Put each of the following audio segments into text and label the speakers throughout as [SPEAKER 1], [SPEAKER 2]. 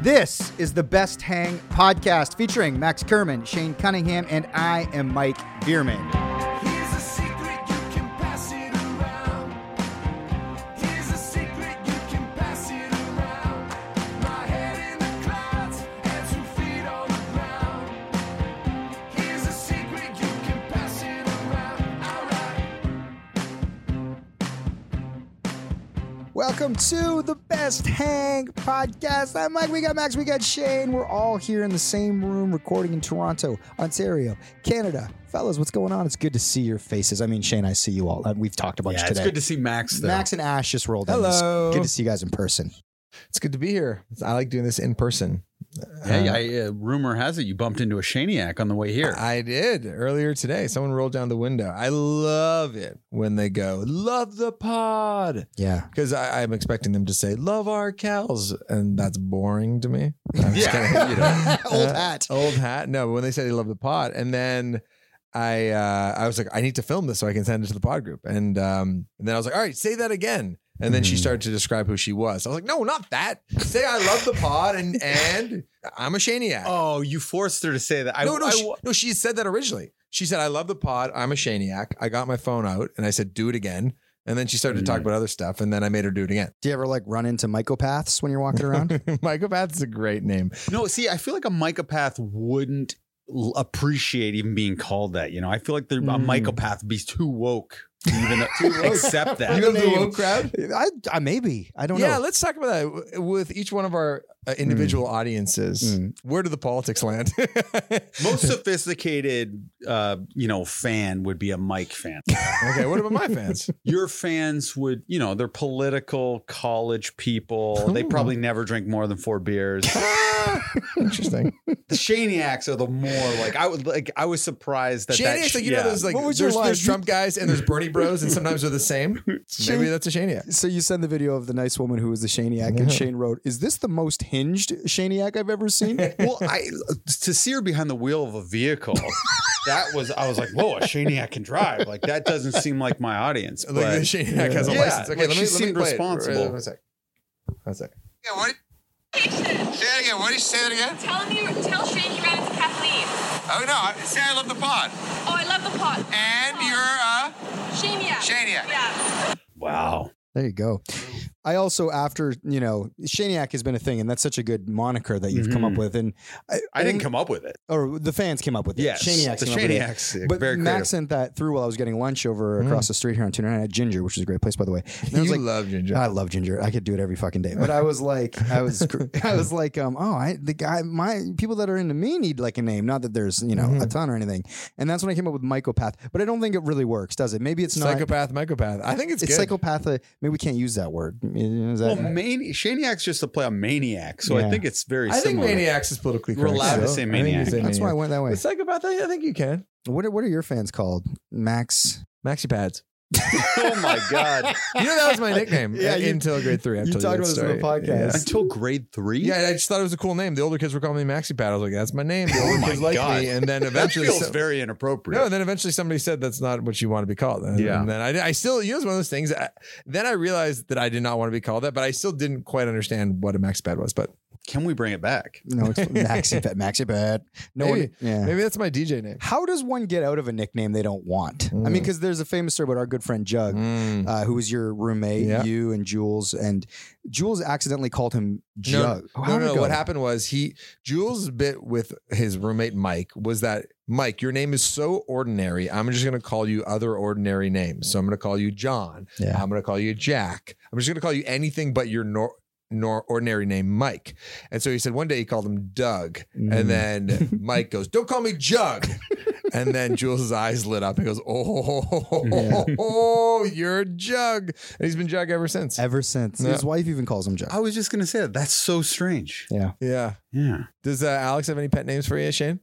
[SPEAKER 1] This is the Best Hang podcast featuring Max Kerman, Shane Cunningham, and I am Mike Bierman.
[SPEAKER 2] Here's a secret you can pass it around. Here's a secret you can pass it around. My head in the clouds and two feet on the ground. Here's a secret you can pass it around. Alright.
[SPEAKER 1] Welcome to the Best Hang podcast. I'm Mike. We got Max. We got Shane. We're all here in the same room recording in Toronto, Ontario, Canada. Fellas, what's going on? It's good to see your faces. I mean, Shane, I see you all. Uh, We've talked a bunch
[SPEAKER 3] Yeah,
[SPEAKER 1] today.
[SPEAKER 3] it's good to see Max though.
[SPEAKER 1] Max and Ash just rolled in. It's
[SPEAKER 4] Hello.
[SPEAKER 1] good to see you guys in person.
[SPEAKER 4] It's good to be here. I like doing this in person.
[SPEAKER 3] hey,
[SPEAKER 4] Uh,
[SPEAKER 3] I, uh, rumor has it you bumped into a Shaniac on the way here.
[SPEAKER 4] I did earlier today. Someone rolled down the window. I love it when they go, "Love the pod,"
[SPEAKER 1] Yeah.
[SPEAKER 4] because I'm expecting them to say, "Love our cows," and that's boring to me. I'm just
[SPEAKER 3] Yeah.
[SPEAKER 4] kinda, you know,
[SPEAKER 1] Old
[SPEAKER 4] uh,
[SPEAKER 1] hat.
[SPEAKER 4] old hat. No, but when they say they love the pod, and then I, uh, I was like, I need to film this so I can send it to the pod group, and um, and then I was like, all right, say that again. And then she
[SPEAKER 1] Mhm.
[SPEAKER 4] started to describe who she was. I was like, no, not that. Say I love the pod and and I'm a Shaniac.
[SPEAKER 3] oh, you forced her to say that. I,
[SPEAKER 4] no, no,
[SPEAKER 3] I-
[SPEAKER 4] she, no. She said that originally. She said, "I love the pod. I'm a Shaniac." I got my phone out and I said, "Do it again." And then she started to talk
[SPEAKER 3] Mm.
[SPEAKER 4] about other stuff, and then I made her do it again.
[SPEAKER 1] Do you ever like run into mycopaths when you're walking around?
[SPEAKER 4] Michael Pat's a great name.
[SPEAKER 3] no, see, I feel like a mycopath wouldn't l- appreciate even being called that. You know, I feel like the,
[SPEAKER 4] Hmm.
[SPEAKER 1] Mm.
[SPEAKER 3] a mycopath be too woke to even accept that.
[SPEAKER 4] You have the
[SPEAKER 1] name.
[SPEAKER 4] woke crowd.
[SPEAKER 1] I, I maybe. I don't
[SPEAKER 4] yeah,
[SPEAKER 1] know.
[SPEAKER 4] let's talk about that w- with each one of our uh, individual audiences.
[SPEAKER 1] Mm.
[SPEAKER 4] Where do the politics land?
[SPEAKER 3] Most sophisticated, uh, you know, fan would be a Mike fan.
[SPEAKER 4] okay, what about my fans?
[SPEAKER 3] Your fans would, you know, they're political college people. They
[SPEAKER 4] Ooh.
[SPEAKER 3] probably never drink more than four beers.
[SPEAKER 4] Interesting.
[SPEAKER 3] the Shaniacs are the more like I would like. I was surprised that that
[SPEAKER 4] Shaniacs, like you
[SPEAKER 3] yeah.
[SPEAKER 4] know, there's like
[SPEAKER 1] What was your
[SPEAKER 4] there's, there's
[SPEAKER 1] line?
[SPEAKER 4] Trump guys and there's Bernie Bros, and sometimes they're the same. Maybe that's a Shaniac.
[SPEAKER 1] So you send the video of the nice woman who was the Shaniac,
[SPEAKER 4] Yeah.
[SPEAKER 1] and Shane wrote, "Is this the most hinged Shaniac I've ever seen?"
[SPEAKER 3] well, I to see her behind the wheel of a vehicle. that was I was like, whoa, a Shaniac can drive. Like that doesn't seem like my audience.
[SPEAKER 4] Like the
[SPEAKER 3] But
[SPEAKER 4] Shaniac has a
[SPEAKER 3] Yeah,
[SPEAKER 4] license. Okay,
[SPEAKER 3] like,
[SPEAKER 4] let
[SPEAKER 3] she
[SPEAKER 4] me let me
[SPEAKER 3] seemed
[SPEAKER 4] play it.
[SPEAKER 3] responsible.
[SPEAKER 4] One sec. One sec.
[SPEAKER 2] Yeah, what? Say that again. What did you say that again?
[SPEAKER 5] Tell him you tell Shane you ran into Kathleen.
[SPEAKER 2] Oh no, I- say I love the pod.
[SPEAKER 5] Oh, I love the pot.
[SPEAKER 2] And you're uh
[SPEAKER 5] Shane, yeah.
[SPEAKER 2] Shaniac.
[SPEAKER 5] Yeah.
[SPEAKER 3] wow,
[SPEAKER 1] There you go. I also, after you know, Shaniac has been a thing, and that's such a good moniker that you've come up
[SPEAKER 3] Mhm.
[SPEAKER 1] with. And
[SPEAKER 3] I didn't come up with it.
[SPEAKER 1] or the fans came up with it.
[SPEAKER 3] Yes,
[SPEAKER 1] Shaniacs
[SPEAKER 3] the
[SPEAKER 1] came up with it.
[SPEAKER 3] Shaniacs,
[SPEAKER 1] But
[SPEAKER 3] very
[SPEAKER 1] Max sent that through while I was getting lunch over across the street here on 299 at Ginger, which is a great place, by the way. And I was
[SPEAKER 4] You
[SPEAKER 1] like,
[SPEAKER 4] love ginger.
[SPEAKER 1] I love ginger. I could do it every fucking day. But I was like, I was, cr- I was like, um, oh, I the guy, my people that are into me need like a name. Not that there's you know
[SPEAKER 4] Mm-hmm.
[SPEAKER 1] a ton or anything. And that's when I came up with mycopath. But I don't think it really works, does it? Maybe it's not.
[SPEAKER 4] Psychopath, mycopath. I think it's,
[SPEAKER 1] it's
[SPEAKER 4] good.
[SPEAKER 1] psychopath. uh, Maybe we can't use that word. Is
[SPEAKER 3] Well,
[SPEAKER 1] that,
[SPEAKER 3] mani- Shaniac's just a play on maniac, so
[SPEAKER 1] Yeah.
[SPEAKER 3] I think it's very
[SPEAKER 4] I think
[SPEAKER 3] similar.
[SPEAKER 4] maniacs is politically
[SPEAKER 3] We're
[SPEAKER 4] correct.
[SPEAKER 3] allowed to
[SPEAKER 4] still.
[SPEAKER 3] say
[SPEAKER 4] I think you
[SPEAKER 3] maniac.
[SPEAKER 4] say
[SPEAKER 1] that's why I
[SPEAKER 4] maniac.
[SPEAKER 1] went that way.
[SPEAKER 4] But psychopath, I I think you can.
[SPEAKER 1] What are, what are your fans called? Max.
[SPEAKER 4] Maxi pads.
[SPEAKER 3] oh my god!
[SPEAKER 4] You know that was my nickname.
[SPEAKER 1] Yeah,
[SPEAKER 4] yeah,
[SPEAKER 1] you-
[SPEAKER 4] until grade three. I've
[SPEAKER 1] you
[SPEAKER 4] told
[SPEAKER 1] talked
[SPEAKER 4] that
[SPEAKER 1] about this on the
[SPEAKER 4] story.
[SPEAKER 1] podcast.
[SPEAKER 4] Yes.
[SPEAKER 3] Until grade three,
[SPEAKER 4] Yeah, I just thought it was a cool name. The older kids were calling me Maxi Pad. I was like, "That's my name." The older
[SPEAKER 3] Oh my
[SPEAKER 4] kids like
[SPEAKER 3] God.
[SPEAKER 4] me, and then
[SPEAKER 3] that
[SPEAKER 4] eventually,
[SPEAKER 3] feels
[SPEAKER 4] some-
[SPEAKER 3] very inappropriate.
[SPEAKER 4] no. And then eventually, somebody said that's not what you want to be called. And,
[SPEAKER 3] Yeah.
[SPEAKER 4] and then I, I still, you know, it's one of those things. I, then I realized that I did not want to be called that, but I still didn't quite understand what a Maxi Pad was. But
[SPEAKER 3] Can we bring it back?
[SPEAKER 1] No, it's Maxi Pet. Maxi Pet. No
[SPEAKER 4] Maybe.
[SPEAKER 1] one. Yeah.
[SPEAKER 4] maybe that's my DJ name.
[SPEAKER 1] How does one get out of a nickname they don't want? I mean,
[SPEAKER 4] Mm.
[SPEAKER 1] because there's a famous story about our good friend Jug.
[SPEAKER 4] Mm.
[SPEAKER 1] uh, who was your roommate,
[SPEAKER 4] Yeah.
[SPEAKER 1] you and Jules, and Jules accidentally called him Jug.
[SPEAKER 4] No,
[SPEAKER 1] How
[SPEAKER 4] no, no,
[SPEAKER 1] ago?
[SPEAKER 4] What happened was he Jules' bit with his roommate Mike was that Mike, your name is so ordinary. I'm just going to call you other ordinary names. So I'm going to call you John.
[SPEAKER 1] Yeah.
[SPEAKER 4] I'm going to call you Jack. I'm just going to call you anything but your nor, nor ordinary name Mike. And so he said one day he called him Doug,
[SPEAKER 1] Mm.
[SPEAKER 4] and then Mike goes, "Don't call me Jug." And then Jules' eyes lit up. He goes, "Oh,
[SPEAKER 1] Yeah.
[SPEAKER 4] you're Jug," and he's been Jug ever since.
[SPEAKER 1] Ever since
[SPEAKER 4] Yeah.
[SPEAKER 1] his wife even calls him Jug.
[SPEAKER 3] I was just gonna say that. That's so strange.
[SPEAKER 1] Yeah.
[SPEAKER 4] yeah.
[SPEAKER 3] Yeah.
[SPEAKER 4] Does uh, Alex have any pet names for you, Shane?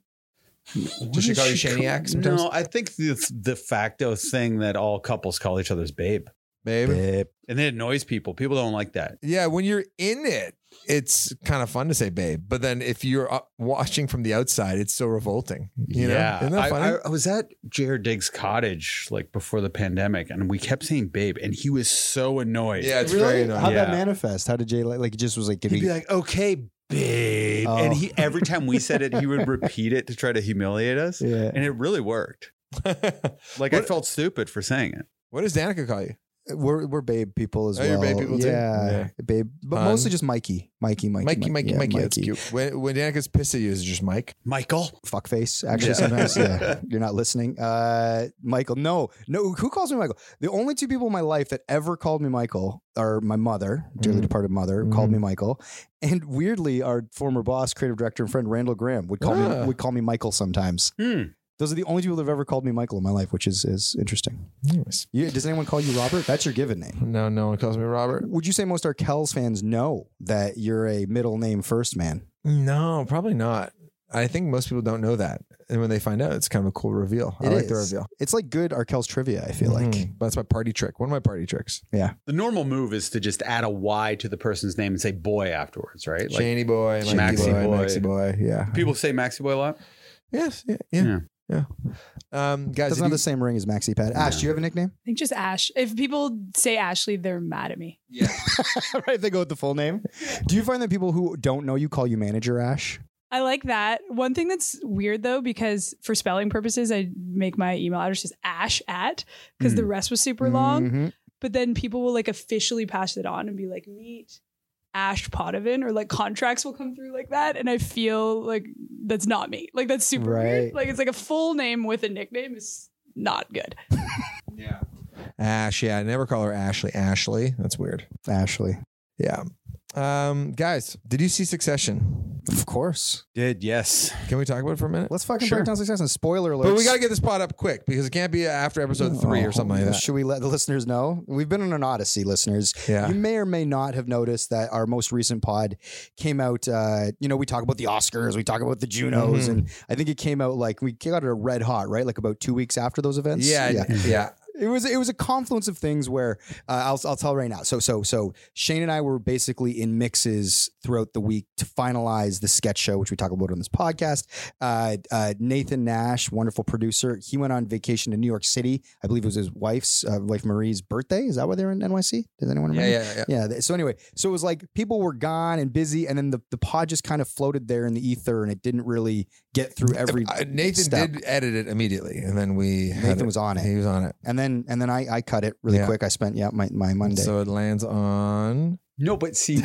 [SPEAKER 4] Does she call you Shaniac sometimes?
[SPEAKER 3] No, I think the the facto thing that all couples call each other's babe,
[SPEAKER 4] Maybe.
[SPEAKER 1] Babe.
[SPEAKER 3] and it annoys people. People don't like that.
[SPEAKER 4] Yeah, when you're in it, it's kind of fun to say babe, but then if you're uh, watching from the outside, it's so revolting. You know? Isn't that
[SPEAKER 3] I-
[SPEAKER 4] funny?
[SPEAKER 3] I, I was at Jared Diggs' cottage like before the pandemic, and we kept saying babe, and he was so annoyed.
[SPEAKER 4] yeah, it's
[SPEAKER 1] really?
[SPEAKER 4] very
[SPEAKER 1] How'd
[SPEAKER 4] annoying.
[SPEAKER 1] that
[SPEAKER 3] Yeah.
[SPEAKER 1] manifest? How did Jay like? Like, he just was like, did
[SPEAKER 3] he'd
[SPEAKER 1] he?
[SPEAKER 3] be like, "Okay, babe," It,
[SPEAKER 1] Oh.
[SPEAKER 3] And he every time we said it, he would repeat it to try to humiliate us.
[SPEAKER 1] Yeah.
[SPEAKER 3] And it really worked. Like I felt stupid for saying it.
[SPEAKER 4] what does Danica call you?
[SPEAKER 1] We're we're babe people as
[SPEAKER 4] Oh,
[SPEAKER 1] well.
[SPEAKER 4] you're babe people too?
[SPEAKER 1] yeah,
[SPEAKER 4] Yeah.
[SPEAKER 1] babe, but
[SPEAKER 4] Pun.
[SPEAKER 1] mostly just Mikey, Mikey, Mikey,
[SPEAKER 4] Mikey, Mikey,
[SPEAKER 1] yeah,
[SPEAKER 4] Mikey. That's cute. When, when Danica's pissed at you, is it just Mike?
[SPEAKER 3] Michael.
[SPEAKER 1] Fuckface, actually.
[SPEAKER 3] Yeah.
[SPEAKER 1] Sometimes, yeah, you're not listening. Uh, Michael, no, no. Who calls me Michael? The only two people in my life that ever called me Michael are my mother, dearly
[SPEAKER 4] Mhm.
[SPEAKER 1] departed mother, called me Michael, and weirdly, our former boss, creative director, and friend Randall Graham would call
[SPEAKER 4] Ah.
[SPEAKER 1] me would call me Michael sometimes.
[SPEAKER 3] Hmm.
[SPEAKER 1] Those are the only two people that have ever called me Michael in my life, which is is interesting.
[SPEAKER 4] Nice.
[SPEAKER 1] You, does anyone call you Robert? That's your given name.
[SPEAKER 4] No, no one calls me Robert.
[SPEAKER 1] Would you say most Arkells fans know that you're a middle name first man?
[SPEAKER 4] No, probably not. I think most people don't know that, and when they find out, it's kind of a cool reveal. I
[SPEAKER 1] It
[SPEAKER 4] like the
[SPEAKER 1] is.
[SPEAKER 4] reveal.
[SPEAKER 1] It's like good Arkells trivia, I feel like.
[SPEAKER 4] Mhm. that's my party trick. One of my party tricks.
[SPEAKER 3] The normal move is to just add a Y to the person's name and say boy afterwards, right? Like
[SPEAKER 4] Shaney boy, Mikey
[SPEAKER 3] Maxi
[SPEAKER 4] boy,
[SPEAKER 3] boy.
[SPEAKER 4] Maxi boy. Yeah.
[SPEAKER 3] people say Maxi Boy a lot.
[SPEAKER 4] Yes. Yeah. Yeah. yeah. Um, guys,
[SPEAKER 1] Doesn't
[SPEAKER 4] if
[SPEAKER 1] have
[SPEAKER 4] you-
[SPEAKER 1] the same ring as Maxi Pad. Ash, do you have a nickname?
[SPEAKER 6] I think just Ash. If people say Ashley, they're mad at me.
[SPEAKER 1] right, if they go with the full name. Do you find that people who don't know you call you manager Ash?
[SPEAKER 6] I like that. One thing that's weird though, because for spelling purposes, I make my email address just Ash at because the rest was super long.
[SPEAKER 1] Mhm.
[SPEAKER 6] But then people will like officially pass it on and be like, meet Ash Potovin or like contracts will come through like that. And I feel like that's not me. Like that's super
[SPEAKER 1] Right.
[SPEAKER 6] weird. Like it's like a full name with a nickname is not good.
[SPEAKER 4] Ash. Yeah. I never call her Ashley. Ashley. That's weird.
[SPEAKER 1] Ashley.
[SPEAKER 4] Yeah. Um, guys, did you see Succession?
[SPEAKER 1] Of course.
[SPEAKER 3] Did yes.
[SPEAKER 4] Can we talk about it for a minute?
[SPEAKER 1] Let's fucking
[SPEAKER 3] Sure.
[SPEAKER 1] break down success and spoiler alert.
[SPEAKER 4] But we got to get this pot up quick because it can't be after episode three or something like that.
[SPEAKER 1] Should we let the listeners know? We've been on an odyssey, listeners.
[SPEAKER 4] Yeah.
[SPEAKER 1] You may or may not have noticed that our most recent pod came out. Uh, you know, we talk about the Oscars, we talk about the Junos,
[SPEAKER 4] Mhm.
[SPEAKER 1] and I think it came out like we came out at a red hot, right? Like about two weeks after those events.
[SPEAKER 4] Yeah, yeah, yeah.
[SPEAKER 1] It was it was a confluence of things where uh, I'll I'll tell right now. So so so Shane and I were basically in mixes throughout the week to finalize the sketch show, which we talk about on this podcast. Uh, uh, Nathan Nash, wonderful producer, he went on vacation to New York City. I believe it was his wife's uh, wife Marie's birthday. Is that why they're in NYC? Does anyone remember?
[SPEAKER 4] Yeah, yeah, yeah.
[SPEAKER 1] Yeah. th- So anyway, so it was like people were gone and busy, and then the, the pod just kind of floated there in the ether, and it didn't really get through every.
[SPEAKER 4] Uh, Nathan
[SPEAKER 1] step.
[SPEAKER 4] did edit it immediately, and then we had
[SPEAKER 1] Nathan
[SPEAKER 4] it.
[SPEAKER 1] was on
[SPEAKER 4] he
[SPEAKER 1] it,
[SPEAKER 4] was on it,
[SPEAKER 1] and then and then I I cut it really
[SPEAKER 4] Yeah.
[SPEAKER 1] quick. I spent yeah my my Monday.
[SPEAKER 4] so it lands on.
[SPEAKER 3] No, but see,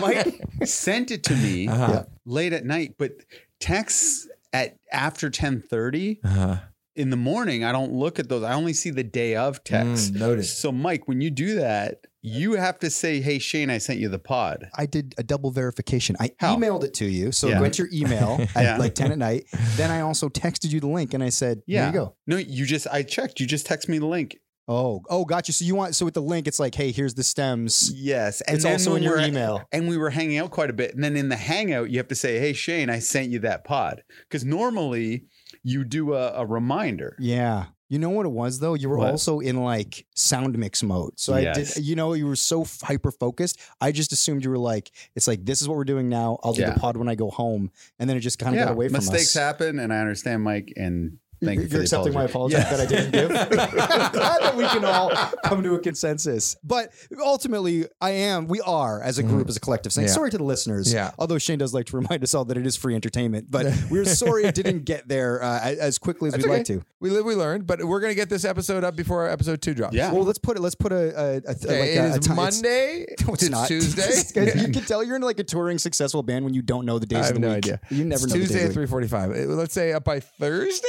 [SPEAKER 3] Mike sent it to me
[SPEAKER 4] Uh-huh.
[SPEAKER 3] late at night, but texts at after ten thirty
[SPEAKER 4] Uh-huh.
[SPEAKER 3] in the morning. I don't look at those. I only see the day of texts.
[SPEAKER 4] Mm, noted.
[SPEAKER 3] So, Mike, when you do that, you have to say, "Hey, Shane, I sent you the pod."
[SPEAKER 1] I did a double verification. I
[SPEAKER 3] How?
[SPEAKER 1] emailed it to you, so
[SPEAKER 3] Yeah.
[SPEAKER 1] it went to your email at
[SPEAKER 3] Yeah.
[SPEAKER 1] like ten at night. Then I also texted you the link, and I said, "Here
[SPEAKER 3] Yeah.
[SPEAKER 1] you go."
[SPEAKER 3] No, you just I checked. You just text me the link.
[SPEAKER 1] Oh, oh, gotcha. So you want so with the link, it's like, "Hey, here's the stems."
[SPEAKER 3] Yes,
[SPEAKER 1] it's also
[SPEAKER 3] when
[SPEAKER 1] in your
[SPEAKER 3] we're-
[SPEAKER 1] email.
[SPEAKER 3] And we were hanging out quite a bit, and then in the hangout, you have to say, "Hey, Shane, I sent you that pod," because normally you do a, a reminder.
[SPEAKER 1] Yeah. You know what it was though? You were
[SPEAKER 3] What?
[SPEAKER 1] also in like sound mix mode. So I
[SPEAKER 3] Yes.
[SPEAKER 1] did you know you were so hyper focused. I just assumed you were like, it's like this is what we're doing now. I'll do
[SPEAKER 3] Yeah.
[SPEAKER 1] the pod when I go home. And then it just kind of got away from us.
[SPEAKER 3] mistakes happen, and I understand, Mike. And thank you
[SPEAKER 1] You're
[SPEAKER 3] for the
[SPEAKER 1] accepting my apology
[SPEAKER 3] Yes.
[SPEAKER 1] that I didn't give. I'm glad that we can all come to a consensus. But ultimately, I am, we are as a group, as a collective, saying
[SPEAKER 4] Mm-hmm. Yeah.
[SPEAKER 1] sorry to the listeners.
[SPEAKER 4] Yeah.
[SPEAKER 1] Although Shane does like to remind us all that it is free entertainment, but we're sorry it didn't get there uh, a- as quickly as
[SPEAKER 4] That's
[SPEAKER 1] we'd
[SPEAKER 4] okay.
[SPEAKER 1] like to.
[SPEAKER 4] We live, we learned, but we're gonna get this episode up before episode two drops.
[SPEAKER 3] Yeah.
[SPEAKER 1] Well, let's put it. Let's put a, a, a, a-
[SPEAKER 4] Okay,
[SPEAKER 1] like
[SPEAKER 4] it
[SPEAKER 1] a,
[SPEAKER 4] is
[SPEAKER 1] a ti- it's-
[SPEAKER 4] Monday.
[SPEAKER 1] No, it's, not
[SPEAKER 4] Tuesday.
[SPEAKER 1] you can tell you're in like a touring successful band when you don't know the days
[SPEAKER 4] I have
[SPEAKER 1] of the
[SPEAKER 4] no
[SPEAKER 1] week.
[SPEAKER 4] idea.
[SPEAKER 1] You never
[SPEAKER 4] It's
[SPEAKER 1] know
[SPEAKER 4] Tuesday
[SPEAKER 1] the
[SPEAKER 4] at
[SPEAKER 1] day
[SPEAKER 4] three forty-five. Let's say up by Thursday.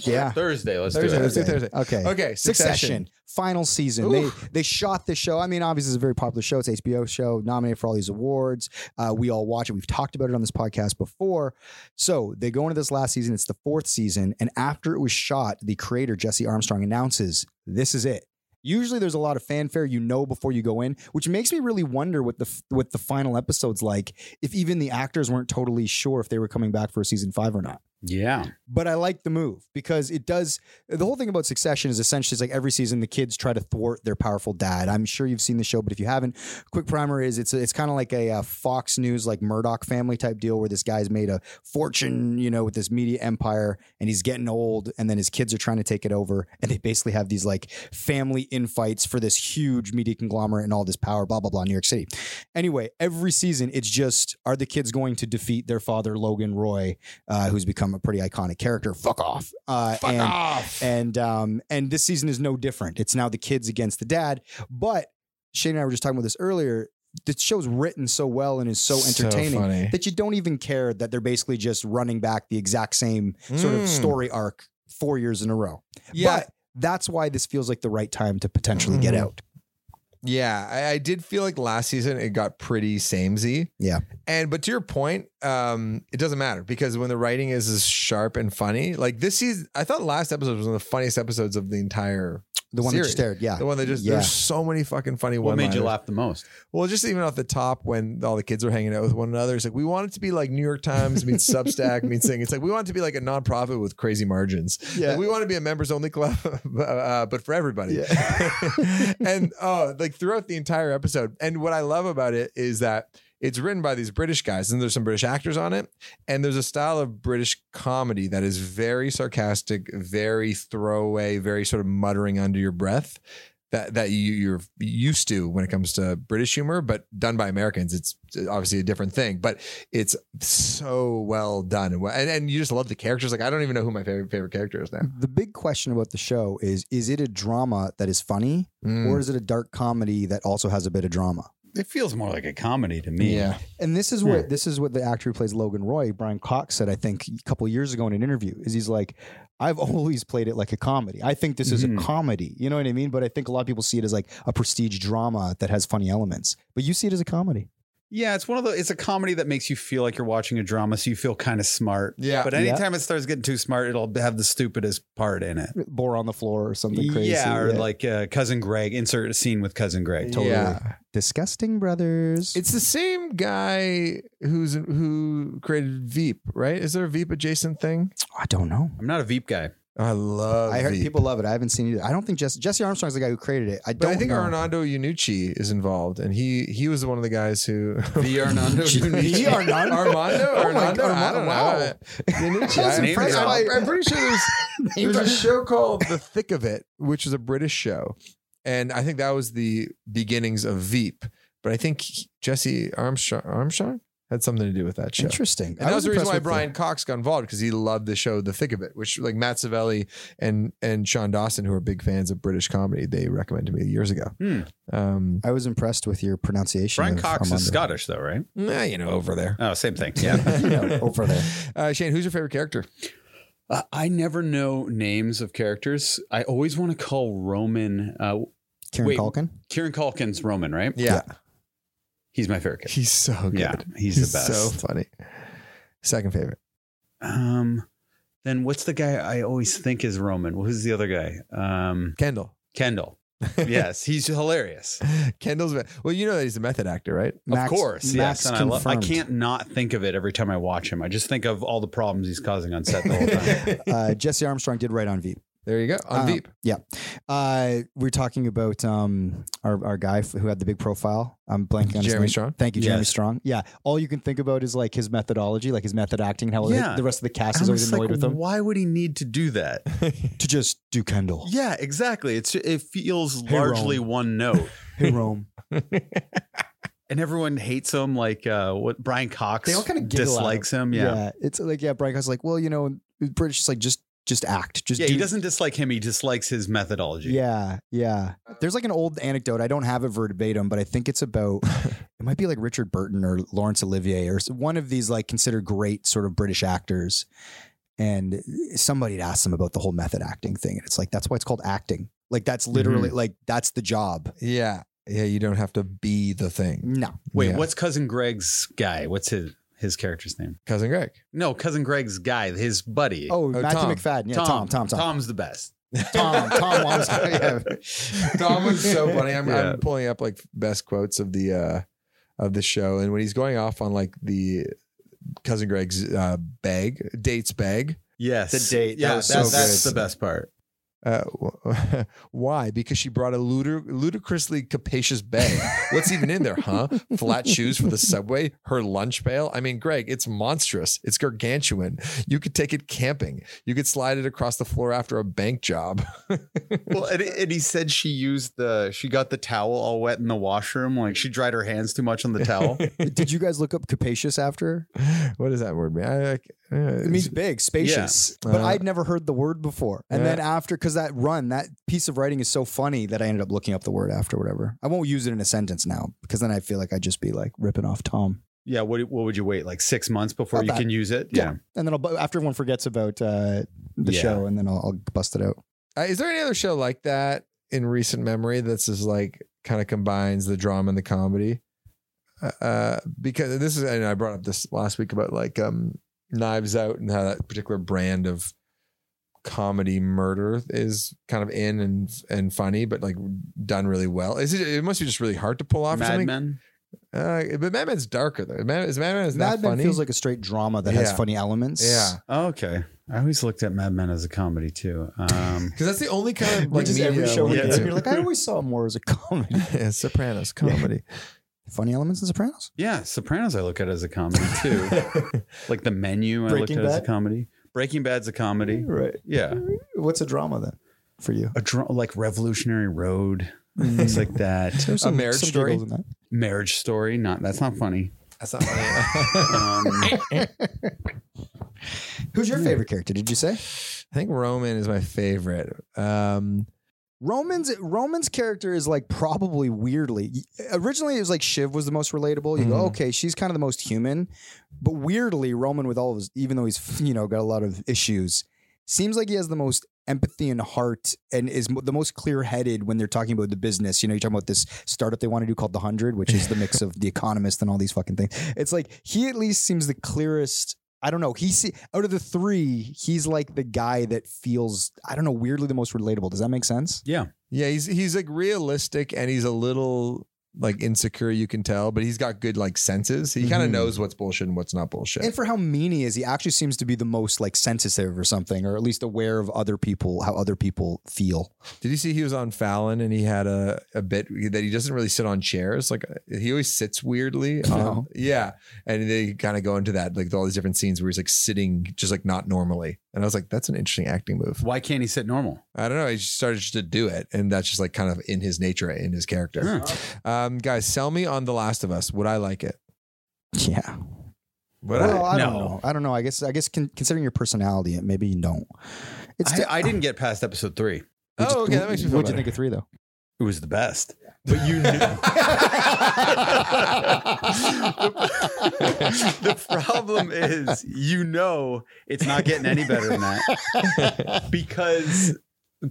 [SPEAKER 1] Yeah.
[SPEAKER 3] Thursday. Let's
[SPEAKER 4] Thursday.
[SPEAKER 3] do it.
[SPEAKER 4] Let's do Thursday.
[SPEAKER 1] Okay.
[SPEAKER 4] Okay.
[SPEAKER 1] Succession, final season. They they shot the show. I mean, obviously, it's a very popular show. It's a HBO show, nominated for all these awards. Uh, we all watch it. We've talked about it on this podcast before. So they go into this last season. It's the fourth season, and after it was shot, the creator Jesse Armstrong announces, "This is it." Usually, there's a lot of fanfare, you know, before you go in, which makes me really wonder what the f- what the final episode's like. If even the actors weren't totally sure if they were coming back for a season five or not.
[SPEAKER 3] Yeah.
[SPEAKER 1] but I like the move because it does. The whole thing about Succession is essentially it's like every season the kids try to thwart their powerful dad. I'm sure you've seen the show, but if you haven't, quick primer is it's it's kind of like a, uh Fox News like Murdoch family type deal where this guy's made a fortune, you know, with this media empire, and he's getting old, and then his kids are trying to take it over, and they basically have these like family infights for this huge media conglomerate and all this power, blah blah blah, New York City. Anyway, every season it's just are the kids going to defeat their father Logan Roy uh, who's become a pretty iconic character. Fuck off. Uh, and,
[SPEAKER 4] off.
[SPEAKER 1] And um, and this season is no different. It's now the kids against the dad. But Shane and I were just talking about this earlier. The show's written so well and is so entertaining
[SPEAKER 4] funny.
[SPEAKER 1] that you don't even care that they're basically just running back the exact same sort of
[SPEAKER 4] Mm.
[SPEAKER 1] story arc four years in a row.
[SPEAKER 4] Yeah,
[SPEAKER 1] But that's why this feels like the right time to potentially get
[SPEAKER 4] Mhm.
[SPEAKER 1] out.
[SPEAKER 4] yeah. I, I did feel like last season it got pretty samey.
[SPEAKER 1] Yeah.
[SPEAKER 4] And but to your point, um, it doesn't matter because when the writing is as sharp and funny, like this season, I thought last episode was one of the funniest episodes of the entire.
[SPEAKER 1] The one
[SPEAKER 4] series.
[SPEAKER 1] that you stared, yeah.
[SPEAKER 4] The one that just
[SPEAKER 1] Ah, Yeah.
[SPEAKER 4] there's so many fucking funny
[SPEAKER 3] What
[SPEAKER 4] one.
[SPEAKER 3] made you laugh the most?
[SPEAKER 4] Well, just even off the top when all the kids are hanging out with one another, it's like we want it to be like New York Times meets Substack meets thing. It's like we want it to be like a nonprofit with crazy margins.
[SPEAKER 1] Yeah.
[SPEAKER 4] Like, we want to be a members only club, uh, but for everybody.
[SPEAKER 1] Yeah.
[SPEAKER 4] and oh, like throughout the entire episode. And what I love about it is that it's written by these British guys, and there's some British actors on it. And there's a style of British comedy that is very sarcastic, very throwaway, very sort of muttering under your breath that that you you're used to when it comes to British humor, but done by Americans, it's obviously a different thing. But it's so well done, and well- and, and you just love the characters. Like I don't even know who my favorite favorite character is now.
[SPEAKER 1] The big question about the show is is it a drama that is funny
[SPEAKER 4] Mm. Hmm.
[SPEAKER 1] or is it a dark comedy that also has a bit of drama?
[SPEAKER 3] It feels more like a comedy to me.
[SPEAKER 4] yeah,
[SPEAKER 1] And this is what this is what the actor who plays Logan Roy, Brian Cox, said. I think a couple years ago in an interview, is he's like, "I've always played it like a comedy. I think this is
[SPEAKER 4] Mm-hmm.
[SPEAKER 3] Mhm.
[SPEAKER 1] a comedy. You know what I mean? But I think a lot of people see it as like a prestige drama that has funny elements. But you see it as a comedy.
[SPEAKER 3] Yeah, it's one of the it's a comedy that makes you feel like you're watching a drama, so you feel kind of smart.
[SPEAKER 4] Yeah.
[SPEAKER 3] But anytime it starts getting too smart, it'll have the stupidest part in it.
[SPEAKER 1] Bore on the floor or something crazy.
[SPEAKER 3] Yeah, or like uh, cousin Greg. Insert a scene with cousin Greg.
[SPEAKER 1] Totally.
[SPEAKER 4] yeah.
[SPEAKER 1] disgusting brothers.
[SPEAKER 4] It's the same guy who's who created Veep, right? Is there a Veep adjacent thing?
[SPEAKER 1] I don't know.
[SPEAKER 3] I'm not a Veep guy.
[SPEAKER 4] I love.
[SPEAKER 1] I heard
[SPEAKER 4] Veep.
[SPEAKER 1] people love it. I haven't seen it. I don't think Jesse, Jesse Armstrong's the guy who created it. I
[SPEAKER 4] But
[SPEAKER 1] don't
[SPEAKER 4] I think
[SPEAKER 1] know.
[SPEAKER 4] Arnaldo Iannucci is involved, and he he was one of the guys who
[SPEAKER 3] The Arnaldo Iannucci.
[SPEAKER 1] The Arnaldo?
[SPEAKER 4] Armando
[SPEAKER 1] Oh my
[SPEAKER 4] Arnaldo
[SPEAKER 1] God,
[SPEAKER 4] I don't
[SPEAKER 1] wow.
[SPEAKER 4] know. Iannucci.
[SPEAKER 1] I was
[SPEAKER 4] I-
[SPEAKER 1] impressed
[SPEAKER 4] I'm-
[SPEAKER 1] by-
[SPEAKER 4] I'm pretty sure there's there's a show called The Thick of It, which was a British show, and I think that was the beginnings of Veep. But I think Jesse Armstrong Armstrong had something to do with that show.
[SPEAKER 1] Interesting.
[SPEAKER 4] And that was the reason
[SPEAKER 1] impressed
[SPEAKER 4] why
[SPEAKER 1] with
[SPEAKER 4] Brian Cox got involved because he loved the show The Thick of It, which like Matt Savelli and and Sean Dawson, who are big fans of British comedy, they recommended me years ago.
[SPEAKER 3] Hmm.
[SPEAKER 4] Um,
[SPEAKER 1] I was impressed with your pronunciation.
[SPEAKER 3] Brian
[SPEAKER 1] of
[SPEAKER 3] Cox is
[SPEAKER 1] Armando.
[SPEAKER 3] Scottish though, right?
[SPEAKER 4] nah, you know, over there.
[SPEAKER 3] Oh, same thing. Yeah.
[SPEAKER 1] Yeah, over there.
[SPEAKER 4] Uh, Shane, who's your favorite character?
[SPEAKER 3] uh, I never know names of characters. I always want to call Roman. Uh,
[SPEAKER 1] Karen
[SPEAKER 3] Wait.
[SPEAKER 1] Culkin.
[SPEAKER 3] Kieran Culkin's Roman, right?
[SPEAKER 4] Yeah,
[SPEAKER 3] He's my favorite. Character.
[SPEAKER 4] he's so good.
[SPEAKER 3] Yeah, he's, the best.
[SPEAKER 4] So funny. Second favorite.
[SPEAKER 3] Um, then what's the guy I always think is Roman? Well, who's the other guy? Um,
[SPEAKER 4] Kendall.
[SPEAKER 3] Kendall. yes, he's hilarious.
[SPEAKER 4] Kendall's well, you know that he's a method actor, right?
[SPEAKER 1] Max-
[SPEAKER 3] of course,
[SPEAKER 1] Max
[SPEAKER 3] yes. And I, love, I
[SPEAKER 1] confirmed.
[SPEAKER 3] can't not think of it every time I watch him. I just think of all the problems he's causing on set the whole time. Um,
[SPEAKER 1] Uh, Jesse Armstrong did write on Veep.
[SPEAKER 4] There you go. On
[SPEAKER 1] Uh,
[SPEAKER 4] Veep.
[SPEAKER 1] Yeah. Uh, we're talking about um, our, our guy f- who had the big profile. I'm blanking on his
[SPEAKER 4] Jeremy
[SPEAKER 1] name.
[SPEAKER 4] Strong?
[SPEAKER 1] Thank you, Jeremy
[SPEAKER 3] Yes.
[SPEAKER 1] Strong. Yeah. All you can think about is like his methodology, like his method acting, how
[SPEAKER 3] Yeah.
[SPEAKER 1] the rest of the cast
[SPEAKER 3] I'm
[SPEAKER 1] is always
[SPEAKER 3] just
[SPEAKER 1] annoyed
[SPEAKER 3] like,
[SPEAKER 1] with him.
[SPEAKER 3] Why would he need to do that?
[SPEAKER 1] To just do Kendall.
[SPEAKER 3] yeah, exactly. It's it feels
[SPEAKER 1] Hey,
[SPEAKER 3] largely
[SPEAKER 1] Rome.
[SPEAKER 3] one note,
[SPEAKER 1] Hey, Rome.
[SPEAKER 3] and everyone hates him. Like uh, what Brian Cox
[SPEAKER 1] They all kind of giggle at
[SPEAKER 3] dislikes him. Yeah. yeah.
[SPEAKER 1] It's like, yeah, Brian Cox is like, well, you know, British is like, just just act. Just do
[SPEAKER 3] he doesn't dislike him. He dislikes his methodology.
[SPEAKER 1] Yeah, yeah. There's like an old anecdote. I don't have it verbatim, but I think it's about it might be like Richard Burton or Laurence Olivier or s- one of these like considered great sort of British actors. And eh, somebody had asked them about the whole method acting thing, and it's like that's why it's called acting. Like that's literally like that's the job.
[SPEAKER 4] Yeah. Yeah. You don't have to be the thing.
[SPEAKER 1] No,
[SPEAKER 3] Wait,
[SPEAKER 4] Yeah.
[SPEAKER 3] what's cousin Greg's guy? What's his his character's name?
[SPEAKER 4] Cousin Greg.
[SPEAKER 3] No, cousin Greg's guy, his buddy.
[SPEAKER 1] oh
[SPEAKER 4] Oh,
[SPEAKER 1] Matthew
[SPEAKER 4] Tom.
[SPEAKER 1] McFadden, yeah, Tom, Tom, Tom,
[SPEAKER 3] Tom's the best.
[SPEAKER 1] Tom, Tom, Wamsley. Yeah.
[SPEAKER 4] Tom was so funny. I'm,
[SPEAKER 3] Yeah.
[SPEAKER 4] I'm pulling up like best quotes of the uh of the show, and when he's going off on like the cousin Greg's uh, bag, dates bag.
[SPEAKER 3] Yes.
[SPEAKER 7] The date.
[SPEAKER 3] Yeah,
[SPEAKER 7] that was
[SPEAKER 3] that-
[SPEAKER 7] so
[SPEAKER 3] that's
[SPEAKER 7] good.
[SPEAKER 3] the best part.
[SPEAKER 4] Uh, w- why? Because she brought a ludic- ludicrously capacious bag. What's even in there, huh? Flat shoes for the subway, her lunch pail. I mean, Greg, it's monstrous. It's gargantuan. You could take it camping. You could slide it across the floor after a bank job.
[SPEAKER 7] well, and, and he said she used the she got the towel all wet in the washroom, like she dried her hands too much on the
[SPEAKER 1] Oh.
[SPEAKER 7] towel.
[SPEAKER 1] Did you guys look up capacious after?
[SPEAKER 4] what does that word mean? I, I, uh,
[SPEAKER 1] It means big, spacious. But
[SPEAKER 4] Uh,
[SPEAKER 1] I'd never heard the word before. And
[SPEAKER 4] yeah.
[SPEAKER 1] then after, because that run, that piece of writing is so funny that I ended up looking up the word after whatever. I won't use it in a sentence now because then I feel like I'd just be like ripping off Tom.
[SPEAKER 3] Yeah. What, what would you wait? Like six months before
[SPEAKER 1] Not
[SPEAKER 3] you
[SPEAKER 1] bad.
[SPEAKER 3] can use it?
[SPEAKER 1] Yeah. And then I'll, bu- after everyone forgets about uh, the
[SPEAKER 3] Yeah.
[SPEAKER 1] show, and then I'll, I'll bust it out.
[SPEAKER 4] Uh, is there any other show like that in recent memory that's just like kind of combines the drama and the comedy? Uh, because this is, and I brought up this last week about like um, Knives Out and how that particular brand of comedy murder is kind of in and and funny, but like done really well. Is it? It must be just really hard to pull off. or
[SPEAKER 3] Mad
[SPEAKER 4] something.
[SPEAKER 3] Men.
[SPEAKER 4] Uh, but Mad Men's darker though. Mad, is Mad Men is that
[SPEAKER 1] Mad Men
[SPEAKER 4] funny?
[SPEAKER 1] feels like a straight drama that has
[SPEAKER 4] Yeah.
[SPEAKER 1] funny elements.
[SPEAKER 4] yeah.
[SPEAKER 3] Oh, okay. I always looked at Mad Men as a comedy too. Um,
[SPEAKER 4] Because that's the only kind of like
[SPEAKER 1] Which is every
[SPEAKER 4] media I
[SPEAKER 1] show we
[SPEAKER 4] look
[SPEAKER 1] do.
[SPEAKER 3] yeah.
[SPEAKER 1] You're like, I always saw more as a comedy.
[SPEAKER 4] at. Sopranos comedy.
[SPEAKER 1] funny elements in Sopranos?
[SPEAKER 3] yeah. Sopranos, I look at as a comedy too. like the menu, I
[SPEAKER 1] Breaking
[SPEAKER 3] looked at as a
[SPEAKER 1] Bad?
[SPEAKER 3] comedy. Breaking Bad's a comedy.
[SPEAKER 1] Right.
[SPEAKER 3] Yeah.
[SPEAKER 1] What's a drama then for you?
[SPEAKER 3] A dr- like Revolutionary Road, things like that.
[SPEAKER 1] There's
[SPEAKER 4] Marriage Story?
[SPEAKER 1] giggles in that.
[SPEAKER 3] Marriage Story. Not that's not funny.
[SPEAKER 4] That's not funny.
[SPEAKER 3] Um,
[SPEAKER 1] Who's your favorite character? Did you say
[SPEAKER 4] I think Roman is my favorite. Um,
[SPEAKER 1] Roman's Roman's character is like probably weirdly originally it was like Shiv was the most relatable. You go,
[SPEAKER 4] Mhm.
[SPEAKER 1] okay, she's kind of the most human, but weirdly Roman with all of his, even though he's you know got a lot of issues, seems like he has the most empathy and heart and is mo- the most clear-headed when they're talking about the business you know you're talking about this startup they want to do called the hundred which is the mix of the economist and all these fucking things it's like he at least seems the clearest i don't know he se- out of the three he's like the guy that feels i don't know weirdly the most relatable does that make sense
[SPEAKER 4] yeah, he's he's like realistic and he's a little like insecure, you can tell, but he's got good like senses. He kind of
[SPEAKER 1] Mhm.
[SPEAKER 4] knows what's bullshit and what's not bullshit.
[SPEAKER 1] And for how mean he is, he actually seems to be the most like sensitive or something, or at least aware of other people, how other people feel.
[SPEAKER 4] Did you see he was on Fallon and he had a, a bit that he doesn't really sit on chairs? Like uh, he always sits weirdly. Um,
[SPEAKER 1] No.
[SPEAKER 4] Yeah. And they kind of go into that, like all these different scenes where he's like sitting just like not normally. And I was like, that's an interesting acting move.
[SPEAKER 3] why can't he sit normal?
[SPEAKER 4] I don't know. He just started just to do it. And that's just like kind of in his nature, in his character. Um, guys, sell me on The Last of Us. Would I like it?
[SPEAKER 1] Yeah.
[SPEAKER 4] Would
[SPEAKER 1] well, I, don't
[SPEAKER 3] No.
[SPEAKER 1] know. I don't know. I guess. I guess con- considering your personality, it- maybe you don't. It's.
[SPEAKER 3] I, I didn't get past episode three.
[SPEAKER 4] I? Oh, okay. That makes me feel
[SPEAKER 1] What'd you
[SPEAKER 4] better.
[SPEAKER 1] think of three though?
[SPEAKER 3] It was the best.
[SPEAKER 7] But you
[SPEAKER 4] knew-
[SPEAKER 3] the problem is, you know, it's not getting any better than that because,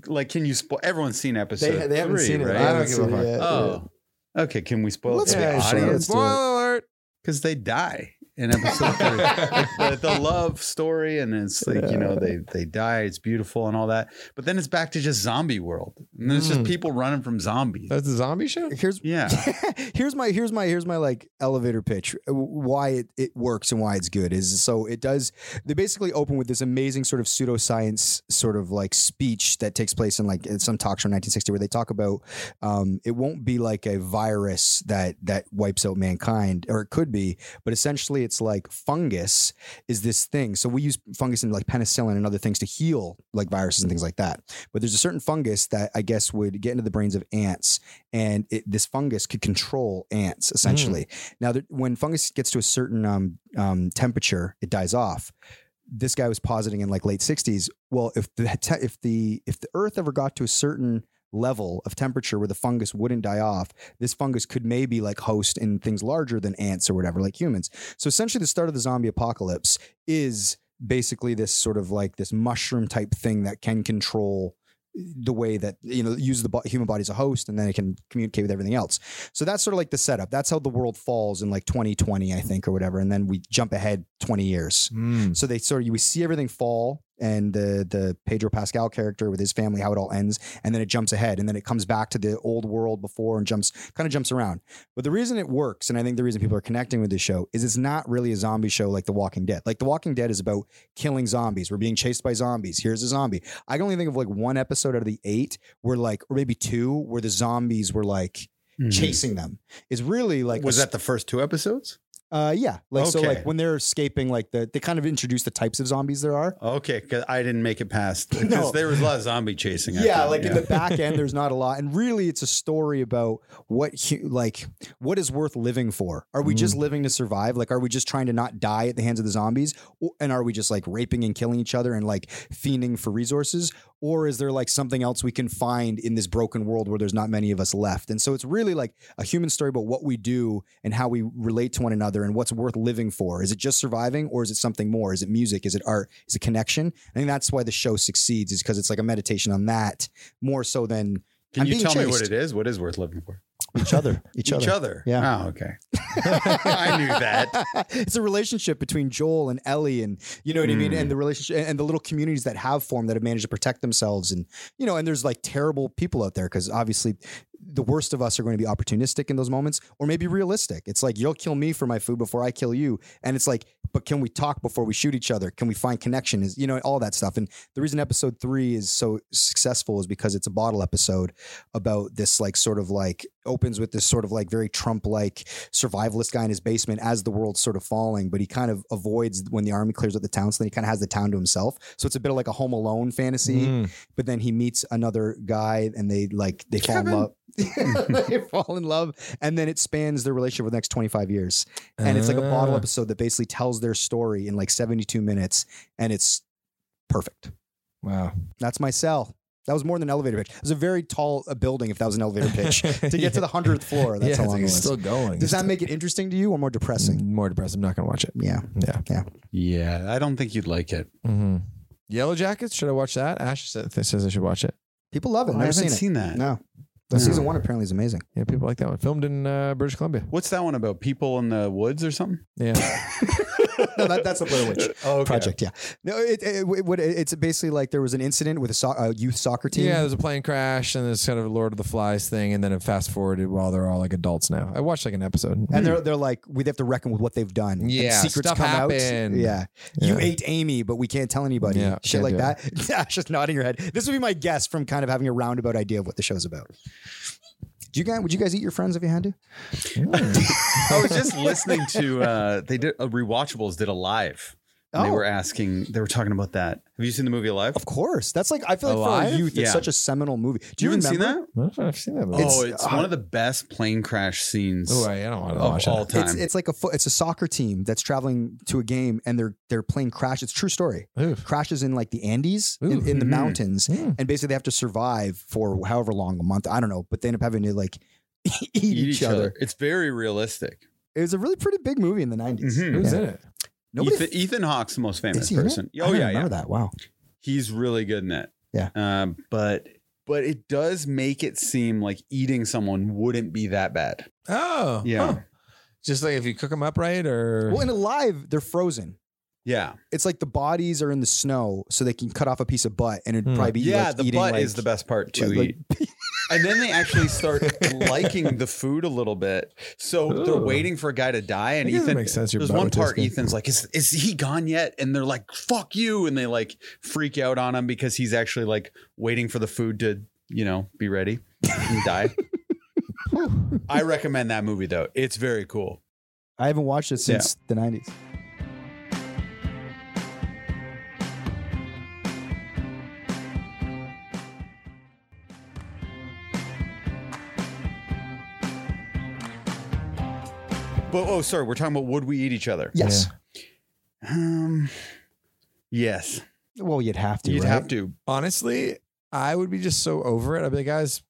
[SPEAKER 3] like, can you spoil? Everyone's seen episode.
[SPEAKER 7] they haven't
[SPEAKER 3] three,
[SPEAKER 7] seen it.
[SPEAKER 3] right?
[SPEAKER 7] I haven't
[SPEAKER 4] give a
[SPEAKER 7] seen it
[SPEAKER 4] fuck.
[SPEAKER 7] yet.
[SPEAKER 3] Oh, okay. Can we spoil it
[SPEAKER 1] Let's
[SPEAKER 3] for
[SPEAKER 1] yeah,
[SPEAKER 3] the
[SPEAKER 1] sure.
[SPEAKER 3] audience?
[SPEAKER 1] Let's do it.
[SPEAKER 4] Spoiler alert.
[SPEAKER 3] Because they die in episode three. the, the love story, and it's like you know they they die. It's beautiful and all that, but then it's back to just zombie world, and then it's just
[SPEAKER 4] Mm.
[SPEAKER 3] people running from zombies.
[SPEAKER 4] That's a zombie show?
[SPEAKER 1] Here's
[SPEAKER 3] yeah.
[SPEAKER 1] here's my here's my here's my like elevator pitch uh, why it, it works and why it's good is so it does they basically open with this amazing sort of pseudoscience sort of like speech that takes place in like in some talk show in 1960 where they talk about um, it won't be like a virus that that wipes out mankind or it could be but essentially it's like fungus is this thing so we use fungus and like penicillin and other things to heal like viruses and things like that but there's a certain fungus that i guess would get into the brains of ants and it, this fungus could control ants essentially. Now, there, when fungus gets to a certain um, um, temperature, it dies off. This guy was positing in like late '60s. Well, if the te- if the if the Earth ever got to a certain level of temperature where the fungus wouldn't die off, this fungus could maybe like host in things larger than ants or whatever, like humans. So essentially, the start of the zombie apocalypse is basically this sort of like this mushroom type thing that can control the way that you know use the bo- human body as a host and then it can communicate with everything else so that's sort of like the setup that's how the world falls in like Hmm. 2020 i think or whatever and then we jump ahead 20 years so they sort of we see everything fall and the the Pedro Pascal character with his family, how it all ends, and then it jumps ahead, and then it comes back to the old world before and jumps kind of jumps around. But the reason it works, and I think the reason people are connecting with this show, is it's not really a zombie show like The Walking Dead. Like The Walking Dead is about killing zombies. We're being chased by zombies. Here's a zombie. I can only think of like one episode out of the eight where like, or maybe two, where the zombies were like chasing them. It's really like
[SPEAKER 3] Mm-hmm. Was
[SPEAKER 1] a
[SPEAKER 3] that the first two episodes?
[SPEAKER 1] uh, yeah, like so,
[SPEAKER 3] Okay.
[SPEAKER 1] like when they're escaping, like the they kind of introduce the types of zombies there are.
[SPEAKER 3] Okay, because I didn't make it past. Because
[SPEAKER 1] No.
[SPEAKER 3] there was a lot of zombie chasing. I
[SPEAKER 1] Yeah,
[SPEAKER 3] thought,
[SPEAKER 1] like in the back end, there's not a lot, and really, it's a story about what, hu- like, what is worth living for. Are we just living to survive? Like, are we just trying to not die at the hands of the zombies, Or- and are we just like raping and killing each other and like fiending for resources, or is there like something else we can find in this broken world where there's not many of us left? And so it's really like a human story about what we do and how we relate to one another and what's worth living for. Is it just surviving, or is it something more? Is it music? Is it art? Is it connection? I think that's why the show succeeds, is because it's like a meditation on that more so than
[SPEAKER 3] Can
[SPEAKER 1] I'm
[SPEAKER 3] you
[SPEAKER 1] being
[SPEAKER 3] tell me what
[SPEAKER 1] chased.
[SPEAKER 3] it is? What is worth living for?
[SPEAKER 1] each other. Each other.
[SPEAKER 3] Each other.
[SPEAKER 1] Yeah.
[SPEAKER 3] Oh, okay. I knew that.
[SPEAKER 1] it's a relationship between Joel and Ellie, and you know what I mean, and
[SPEAKER 3] Hmm.
[SPEAKER 1] the relationship and the little communities that have formed that have managed to protect themselves, and you know, and there's like terrible people out there because obviously the worst of us are going to be opportunistic in those moments, or maybe realistic. It's like you'll kill me for my food before I kill you, and it's like, but can we talk before we shoot each other? Can we find connection? Is you know all that stuff, and the reason episode three is so successful is because it's a bottle episode about this like sort of like opens with this sort of like very Trump like survivalist guy in his basement as the world's sort of falling, but he kind of avoids when the army clears out the town, so then he kind of has the town to himself. So it's a bit of like a Home Alone fantasy,
[SPEAKER 4] Mm.
[SPEAKER 1] but then he meets another guy and they like they fall in love. they fall in love, and then it spans their relationship for the next 25 years. And it's like a bottle
[SPEAKER 4] Ah.
[SPEAKER 1] episode that basically tells their story in like 72 minutes, and it's perfect.
[SPEAKER 4] Wow.
[SPEAKER 1] That's my cell. That was more than an elevator pitch. It was a very tall uh, building if that was an elevator pitch. to get to the 100th floor, that's
[SPEAKER 4] yeah,
[SPEAKER 1] how long
[SPEAKER 4] it's like
[SPEAKER 1] it
[SPEAKER 4] it's
[SPEAKER 1] was.
[SPEAKER 4] still going.
[SPEAKER 1] Does that make it interesting to you or more depressing?
[SPEAKER 4] more depressed? I'm not gonna watch it.
[SPEAKER 1] Yeah.
[SPEAKER 4] Yeah.
[SPEAKER 3] Yeah, I don't think you'd like it.
[SPEAKER 4] Mm-hmm. Yellow Jackets. Should I watch that? Ash sa- says I should watch it.
[SPEAKER 1] People love it.
[SPEAKER 3] I
[SPEAKER 1] Never
[SPEAKER 3] haven't
[SPEAKER 1] seen
[SPEAKER 3] seen,
[SPEAKER 1] it.
[SPEAKER 3] that.
[SPEAKER 1] No. The
[SPEAKER 4] No.
[SPEAKER 1] season one apparently is amazing.
[SPEAKER 4] Yeah, people like that one. Filmed in uh, British Columbia.
[SPEAKER 3] What's that one about? People in the woods or something?
[SPEAKER 4] Yeah.
[SPEAKER 1] no, that, that's the Blair Witch
[SPEAKER 3] Oh, okay.
[SPEAKER 1] project. Yeah. No, it, it, it, would- it's basically like there was an incident with a, so- a youth soccer team.
[SPEAKER 4] yeah. There's a plane crash and there's kind of a Lord of the Flies thing, and then it fast forwarded while they're all like adults now. I watched like an episode.
[SPEAKER 1] And they're they're like we have to reckon with what they've done. And
[SPEAKER 4] Hmm. Yeah,
[SPEAKER 1] secrets
[SPEAKER 4] stuff
[SPEAKER 1] come out.
[SPEAKER 4] happened.
[SPEAKER 1] Yeah. you
[SPEAKER 4] Yeah.
[SPEAKER 1] ate Amy, but we can't tell anybody.
[SPEAKER 4] Yeah,
[SPEAKER 1] Shit
[SPEAKER 4] can't
[SPEAKER 1] like
[SPEAKER 4] do
[SPEAKER 1] that. Yeah, just nodding your head. This would be my guess from kind of having a roundabout idea of what the show's about. Do you guys would you guys eat your friends if you had to?
[SPEAKER 3] I was just listening to uh they did uh, rewatchables did a live. And
[SPEAKER 1] Oh.
[SPEAKER 3] They were asking, they were talking about that. Have you seen the movie Alive?
[SPEAKER 1] Of course. That's like I feel like for
[SPEAKER 4] Alive?
[SPEAKER 1] our youth, it's
[SPEAKER 3] Yeah.
[SPEAKER 1] such a seminal movie. Do
[SPEAKER 3] you
[SPEAKER 1] you,
[SPEAKER 3] haven't
[SPEAKER 1] remember
[SPEAKER 3] seen that?
[SPEAKER 4] I don't know if I've seen that.
[SPEAKER 3] oh,
[SPEAKER 1] It's- uh,
[SPEAKER 3] it's one of the best plane crash scenes
[SPEAKER 4] oh, I, I don't want to
[SPEAKER 3] of
[SPEAKER 4] watch
[SPEAKER 3] all
[SPEAKER 4] it.
[SPEAKER 3] time.
[SPEAKER 1] It's it's like a fo- it's a soccer team that's traveling to a game and their their plane crash. It's a true story.
[SPEAKER 4] Oof.
[SPEAKER 1] Crashes in like the Andes
[SPEAKER 4] Ooh.
[SPEAKER 1] in, in the
[SPEAKER 3] Mhm.
[SPEAKER 1] mountains,
[SPEAKER 4] Mm.
[SPEAKER 1] and basically they have to survive for however long a month. I don't know, but they end up having to like eat,
[SPEAKER 3] Eat
[SPEAKER 1] each, other.
[SPEAKER 3] It's very realistic.
[SPEAKER 1] It was a really pretty big movie in the 90s
[SPEAKER 3] Mhm.
[SPEAKER 4] Who's
[SPEAKER 1] Yeah.
[SPEAKER 4] in it?
[SPEAKER 1] Nobody.
[SPEAKER 3] Ethan, Ethan Hawke's the most famous
[SPEAKER 1] he in it?
[SPEAKER 3] person.
[SPEAKER 1] I
[SPEAKER 3] Oh
[SPEAKER 1] don't
[SPEAKER 3] yeah,
[SPEAKER 1] remember
[SPEAKER 3] yeah.
[SPEAKER 1] that. Wow.
[SPEAKER 3] he's really good in it.
[SPEAKER 1] Yeah.
[SPEAKER 3] Um, but but it does make it seem like eating someone wouldn't be that bad.
[SPEAKER 4] Oh,
[SPEAKER 3] Yeah.
[SPEAKER 4] huh. Just like if you cook them up right, or
[SPEAKER 1] Well, in Alive, they're frozen.
[SPEAKER 3] Yeah.
[SPEAKER 1] It's like the bodies are in the snow, so they can cut off a piece of butt, and it'd
[SPEAKER 4] Hmm.
[SPEAKER 1] probably be
[SPEAKER 3] yeah,
[SPEAKER 1] like
[SPEAKER 3] the
[SPEAKER 1] eating,
[SPEAKER 3] butt
[SPEAKER 1] like,
[SPEAKER 3] is the best part to
[SPEAKER 1] like- like-
[SPEAKER 3] eat. and then they actually start liking the food a little bit. So they're
[SPEAKER 4] Ooh.
[SPEAKER 3] waiting for a guy to die. And
[SPEAKER 4] I guess it
[SPEAKER 3] Ethan,
[SPEAKER 4] makes sense, your
[SPEAKER 3] there's
[SPEAKER 4] butt
[SPEAKER 3] one
[SPEAKER 4] would taste
[SPEAKER 3] part
[SPEAKER 4] good.
[SPEAKER 3] Ethan's like, is, is he gone yet? And they're like, fuck you. And they like freak out on him because he's actually like waiting for the food to, you know, be ready and die. I recommend that movie though. It's very cool.
[SPEAKER 1] I haven't watched it
[SPEAKER 3] Yeah.
[SPEAKER 1] since the 90s.
[SPEAKER 3] But oh, sorry, we're talking about would we eat each other?
[SPEAKER 1] Yes.
[SPEAKER 3] Um, yes,
[SPEAKER 1] Well, you'd have to.
[SPEAKER 3] you'd
[SPEAKER 1] right?
[SPEAKER 3] have to.
[SPEAKER 4] honestly, I would be just so over it. I'd be like, guys,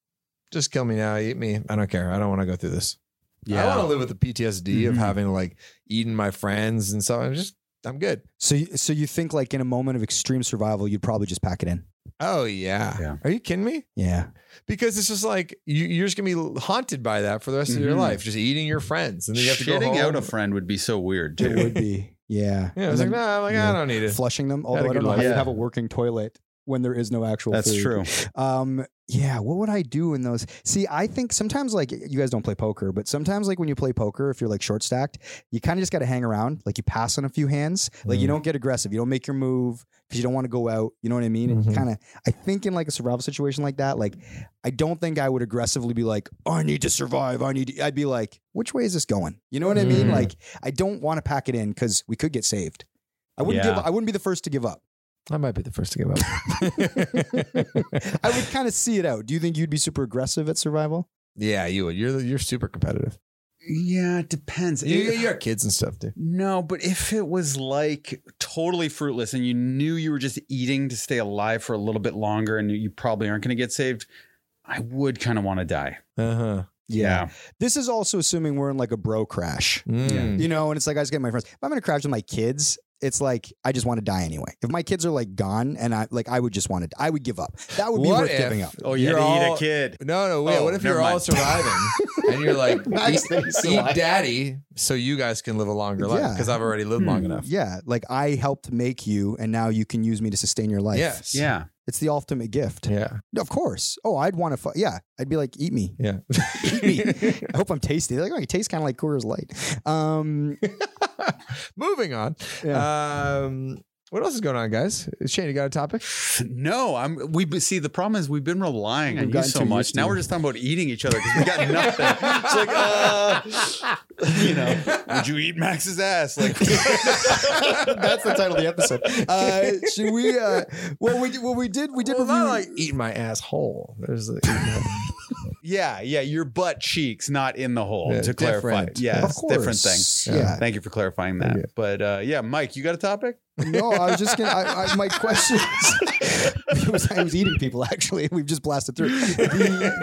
[SPEAKER 4] just kill me now, eat me. I don't care. I don't want to go through this. I want to live with the PTSD
[SPEAKER 1] Mm-hmm.
[SPEAKER 4] of
[SPEAKER 3] Mhm.
[SPEAKER 4] having like eaten my friends and stuff. I'm just, I'm good.
[SPEAKER 1] So, you- so you think like in a moment of extreme survival, you'd probably just pack it in?
[SPEAKER 4] Oh yeah.
[SPEAKER 3] Yeah.
[SPEAKER 4] Are you kidding me?
[SPEAKER 1] Yeah.
[SPEAKER 4] Because it's just like you, you're just gonna be haunted by that for the rest of your
[SPEAKER 3] Mhm.
[SPEAKER 4] life, just eating your friends, and then you have to go
[SPEAKER 3] Shitting out
[SPEAKER 4] home.
[SPEAKER 3] a friend would be so weird
[SPEAKER 1] It
[SPEAKER 3] too.
[SPEAKER 1] would be. Yeah.
[SPEAKER 4] Yeah, I was
[SPEAKER 1] And
[SPEAKER 4] like, no,
[SPEAKER 1] then
[SPEAKER 4] I'm like,
[SPEAKER 1] yeah.
[SPEAKER 4] I don't need it.
[SPEAKER 1] Flushing them.
[SPEAKER 4] Had a
[SPEAKER 1] Although I
[SPEAKER 4] good
[SPEAKER 1] don't know how
[SPEAKER 4] life.
[SPEAKER 1] you
[SPEAKER 3] Yeah.
[SPEAKER 1] have a working toilet when there is no actual
[SPEAKER 3] That's
[SPEAKER 1] food.
[SPEAKER 3] true.
[SPEAKER 1] Um, yeah, what would I do in those? See, I think sometimes like you guys don't play poker, but sometimes like when you play poker, if you're like short stacked, you kind of just got to hang around. Like you pass on a few hands, like you
[SPEAKER 4] Mm.
[SPEAKER 1] don't get aggressive, you don't make your move because you don't want to go out. You know what I mean? And
[SPEAKER 4] Mhm.
[SPEAKER 1] you kind of, I think in like a survival situation like that, like I don't think I would aggressively be like, I need to survive. I need. To, I'd be like, which way is this going? You know what I mean?
[SPEAKER 4] Mm.
[SPEAKER 1] Like I don't want to pack it in because we could get saved. I wouldn't
[SPEAKER 3] Yeah.
[SPEAKER 1] give. I wouldn't be the first to give up.
[SPEAKER 4] I might be the first to give up.
[SPEAKER 1] I would kind of see it out. Do you think you'd be super aggressive at survival?
[SPEAKER 4] yeah, you would. You're the- you're super competitive.
[SPEAKER 3] Yeah, it depends.
[SPEAKER 4] You,
[SPEAKER 3] It-
[SPEAKER 4] you got kids and stuff too.
[SPEAKER 3] no, but if it was like totally fruitless and you knew you were just eating to stay alive for a little bit longer and you probably aren't going to get saved, I would kind of want to die.
[SPEAKER 4] Uh huh.
[SPEAKER 1] This is also assuming we're in like a bro crash,
[SPEAKER 4] Mm.
[SPEAKER 1] you know, and it's like I just get my friends. If I'm in a crash with my kids, it's like I just want to die anyway. If my kids are like gone, and I like I would just want to, I would give up. That would be
[SPEAKER 4] What
[SPEAKER 1] worth
[SPEAKER 4] if-
[SPEAKER 1] giving up.
[SPEAKER 3] Oh, you
[SPEAKER 4] You're
[SPEAKER 3] had to
[SPEAKER 4] all-
[SPEAKER 3] eat a kid.
[SPEAKER 4] No, no. Wait,
[SPEAKER 3] Oh,
[SPEAKER 4] what if
[SPEAKER 3] never
[SPEAKER 4] you're all
[SPEAKER 3] mind.
[SPEAKER 4] surviving and you're like,
[SPEAKER 7] Nice
[SPEAKER 4] eat,
[SPEAKER 7] that he's
[SPEAKER 4] eat
[SPEAKER 7] alive.
[SPEAKER 4] daddy, so you guys can live a longer life
[SPEAKER 1] Yeah.
[SPEAKER 4] because I've already lived long enough.
[SPEAKER 1] Yeah, like I helped make you, and now you can use me to sustain your life.
[SPEAKER 4] Yes.
[SPEAKER 3] Yeah.
[SPEAKER 1] it's the ultimate gift.
[SPEAKER 4] Yeah.
[SPEAKER 1] Of course. Oh, I'd want to. Fu- yeah, I'd be like, eat me.
[SPEAKER 4] Yeah.
[SPEAKER 1] Eat me. I hope I'm tasty. Like, oh, it tastes kind of like Coors Light. Um,
[SPEAKER 4] Moving on. Um, what else is going on, guys? Shane, you got a topic?
[SPEAKER 3] No, I'm. We be- see the problem is we've been relying
[SPEAKER 1] We've
[SPEAKER 3] on you
[SPEAKER 1] gotten
[SPEAKER 3] so
[SPEAKER 1] too
[SPEAKER 3] much.
[SPEAKER 1] used to
[SPEAKER 3] Now
[SPEAKER 1] you.
[SPEAKER 3] we're just talking about eating each other because we got nothing. it's like, uh, you know, would you eat Max's ass? Like,
[SPEAKER 1] That's the title of the episode. Uh, should we? Uh, well, we well we did we did
[SPEAKER 4] Well,
[SPEAKER 1] review.
[SPEAKER 4] not like eat my asshole. There's the, eat my-
[SPEAKER 3] yeah, yeah, your butt cheeks not in the hole.
[SPEAKER 4] Yeah,
[SPEAKER 3] to clarify,
[SPEAKER 4] different.
[SPEAKER 3] yeah,
[SPEAKER 1] of
[SPEAKER 3] it's a different thing.
[SPEAKER 1] course.
[SPEAKER 4] Yeah.
[SPEAKER 1] Yeah.
[SPEAKER 3] Thank you for clarifying that.
[SPEAKER 4] Yeah.
[SPEAKER 3] But uh, yeah, Mike, you got a topic?
[SPEAKER 1] No, I was just gonna. I, I, my question is, it was, I was eating people. Actually, we've just blasted through. The,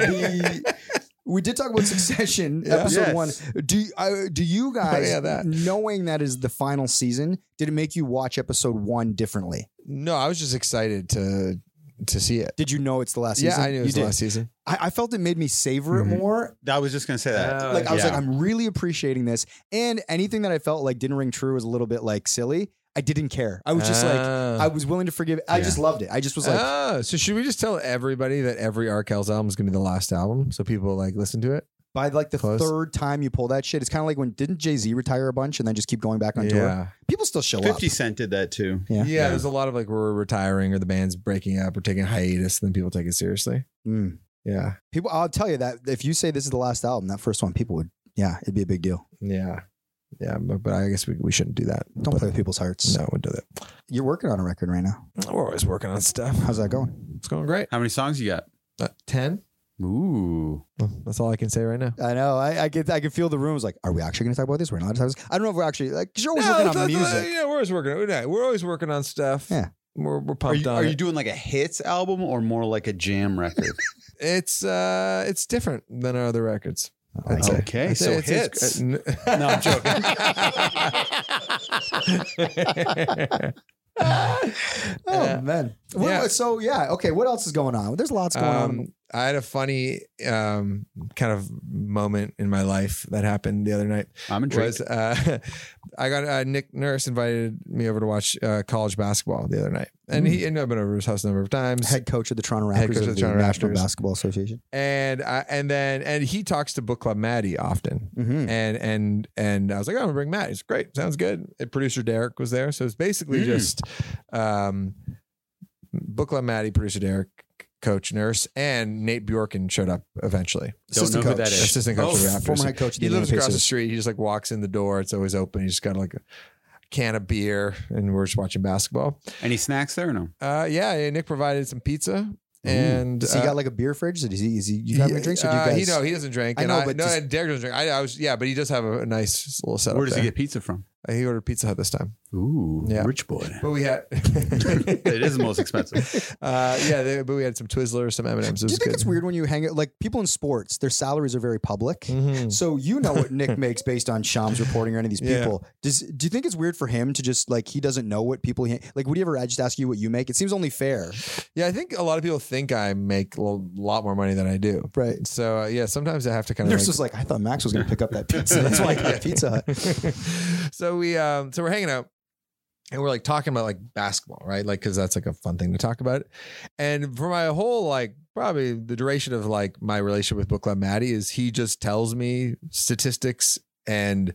[SPEAKER 1] the, we did talk about Succession, episode
[SPEAKER 3] Yes.
[SPEAKER 1] one. Do you- I, do you guys
[SPEAKER 4] Oh, yeah, that.
[SPEAKER 1] knowing that is the final season? Did it make you watch episode one differently?
[SPEAKER 4] no, I was just excited to to see it.
[SPEAKER 1] Did you know it's the last
[SPEAKER 4] yeah,
[SPEAKER 1] season?
[SPEAKER 4] I knew it
[SPEAKER 1] You
[SPEAKER 4] was the
[SPEAKER 1] did.
[SPEAKER 4] last season.
[SPEAKER 1] I, I felt it made me savor it
[SPEAKER 4] Mhm.
[SPEAKER 1] more
[SPEAKER 3] I was just gonna say that.
[SPEAKER 4] Uh,
[SPEAKER 1] like I was
[SPEAKER 3] yeah.
[SPEAKER 1] like, I'm really appreciating this, and anything that I felt like didn't ring true was a little bit like silly. I didn't care. I was just like, I was willing to forgive. I just loved it. I just was like,
[SPEAKER 4] oh, Ah. so should we just tell everybody that every Arkells album is going to be the last album, so people like listen to it?
[SPEAKER 1] by like the
[SPEAKER 4] close.
[SPEAKER 1] third time you pull that shit, it's kind of like when didn't Jay Z retire a bunch and then just keep going back on tour?
[SPEAKER 4] Yeah.
[SPEAKER 1] People still show
[SPEAKER 3] Fifty
[SPEAKER 1] up.
[SPEAKER 3] Cent did that too.
[SPEAKER 4] yeah,
[SPEAKER 1] Yeah.
[SPEAKER 4] There's a lot of like we're retiring or the band's breaking up or taking a hiatus, and then people take it seriously.
[SPEAKER 1] Mm.
[SPEAKER 4] Yeah,
[SPEAKER 1] People, I'll tell you that if you say this is the last album, that first one, people would, yeah, it'd be a big deal.
[SPEAKER 4] yeah, yeah. But, but I guess we, we shouldn't do that.
[SPEAKER 1] Don't
[SPEAKER 4] But-
[SPEAKER 1] play with people's hearts.
[SPEAKER 4] No, we do that.
[SPEAKER 1] You're working on a record right now.
[SPEAKER 4] We're always working on stuff.
[SPEAKER 1] How's that going?
[SPEAKER 4] It's going great.
[SPEAKER 3] How many songs you got?
[SPEAKER 4] Uh, Ten.
[SPEAKER 3] Ooh,
[SPEAKER 4] That's all I can say right now.
[SPEAKER 1] I know. I, I could. I could feel the room was like, are we actually going to talk about this? We're not allowed to talk about this. I don't know if we're actually like. 'cause You're always working on
[SPEAKER 4] that's-
[SPEAKER 1] music.
[SPEAKER 4] yeah, we're always working. on- yeah, We're always working on stuff.
[SPEAKER 1] Yeah.
[SPEAKER 4] we're, we're
[SPEAKER 3] are
[SPEAKER 4] pumped
[SPEAKER 3] you,
[SPEAKER 4] on.
[SPEAKER 3] are
[SPEAKER 4] it.
[SPEAKER 3] you doing like a hits album or more like a jam record?
[SPEAKER 4] it's uh, it's different than our other records.
[SPEAKER 1] I like
[SPEAKER 4] I'd say.
[SPEAKER 1] it.
[SPEAKER 3] Okay,
[SPEAKER 4] I'd say
[SPEAKER 3] so
[SPEAKER 4] it's- it's-
[SPEAKER 3] hits.
[SPEAKER 4] uh, n-
[SPEAKER 3] no, I'm joking.
[SPEAKER 1] Oh man. What-
[SPEAKER 4] yeah.
[SPEAKER 1] So yeah. Okay. What else is going on? There's lots going on.
[SPEAKER 4] Um, I had a funny um, kind of moment in my life that happened the other night.
[SPEAKER 3] I'm intrigued.
[SPEAKER 4] Was uh, I got uh, Nick Nurse invited me over to watch uh, college basketball the other night, and he and I've been over to his house a number of times.
[SPEAKER 1] Head coach of the Toronto Raptors
[SPEAKER 4] Head coach
[SPEAKER 1] of the,
[SPEAKER 4] Toronto
[SPEAKER 1] National
[SPEAKER 4] Raptors.
[SPEAKER 1] Basketball Association.
[SPEAKER 4] and I, and then and he talks to book club Maddie often.
[SPEAKER 1] Mm-hmm.
[SPEAKER 4] And and and I was like, oh, I'm gonna bring Matt. He's great. Sounds good. And producer Derek was there, so it's basically
[SPEAKER 3] Mm.
[SPEAKER 4] just um, book club Maddie, producer Derek, coach Nurse, and Nate Bjorken showed up eventually.
[SPEAKER 3] Don't
[SPEAKER 1] Assistant
[SPEAKER 3] know
[SPEAKER 1] coach.
[SPEAKER 3] who that is.
[SPEAKER 4] Assistant coach
[SPEAKER 3] Oh,
[SPEAKER 4] of the Raptors.
[SPEAKER 1] Former head coach. Of the
[SPEAKER 4] he lives
[SPEAKER 1] Indiana
[SPEAKER 4] across the
[SPEAKER 1] Pacers.
[SPEAKER 4] street. He just like walks in the door. It's always open. He's just got like a can of beer, and we're just watching basketball.
[SPEAKER 3] Any snacks there or no?
[SPEAKER 4] Uh, yeah, yeah, Nick provided some pizza, and
[SPEAKER 1] Does he
[SPEAKER 4] uh,
[SPEAKER 1] got like a beer fridge? Is he? Is he? You having
[SPEAKER 4] he-
[SPEAKER 1] a drink? Or do you
[SPEAKER 4] uh,
[SPEAKER 1] guys?
[SPEAKER 4] he no, he doesn't drink.
[SPEAKER 1] I
[SPEAKER 4] and
[SPEAKER 1] know,
[SPEAKER 4] I,
[SPEAKER 1] but
[SPEAKER 4] no,
[SPEAKER 1] just-
[SPEAKER 4] and Derek doesn't drink. I, I was yeah, but he does have a, a nice little setup.
[SPEAKER 3] Where does he
[SPEAKER 4] there.
[SPEAKER 3] get pizza from?
[SPEAKER 4] Uh, He ordered Pizza Hut this time.
[SPEAKER 3] Ooh,
[SPEAKER 4] Yeah.
[SPEAKER 3] rich boy.
[SPEAKER 4] But we had,
[SPEAKER 3] it is the most expensive.
[SPEAKER 4] uh, yeah, they, but we had some Twizzlers, some M and M's.
[SPEAKER 1] do you think it's weird when you hang it? Like people in sports, their salaries are very public.
[SPEAKER 4] Mhm.
[SPEAKER 1] So you know what Nick makes based on Shams reporting or any of these
[SPEAKER 4] Yeah.
[SPEAKER 1] people. Does do you think it's weird for him to just like he doesn't know what people he like? Would he ever just ask you what you make? It seems only fair,
[SPEAKER 4] Yeah, I think a lot of people think I make a lo- lot more money than I do.
[SPEAKER 1] right?
[SPEAKER 4] So uh, yeah, sometimes I have to kind of.
[SPEAKER 1] Nurse was like, I thought Max was going to pick up that pizza. That's why I got Pizza Hut.
[SPEAKER 4] so So we um so we're hanging out and we're like talking about like basketball, right? Like cuz that's like a fun thing to talk about. And for my whole like probably the duration of like my relationship with Book Club Maddie is he just tells me statistics and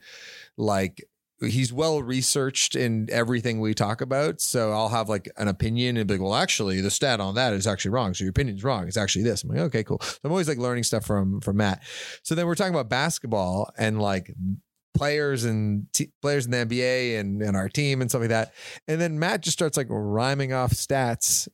[SPEAKER 4] like he's well researched in everything we talk about. So I'll have like an opinion and be like, well, actually the stat on that is actually wrong. So your opinion's wrong. It's actually this. I'm like, okay, cool. So I'm always like learning stuff from from Matt. So then we're talking about basketball and like players and t- players in the NBA and, and our team and stuff like that. And then Matt just starts like rhyming off stats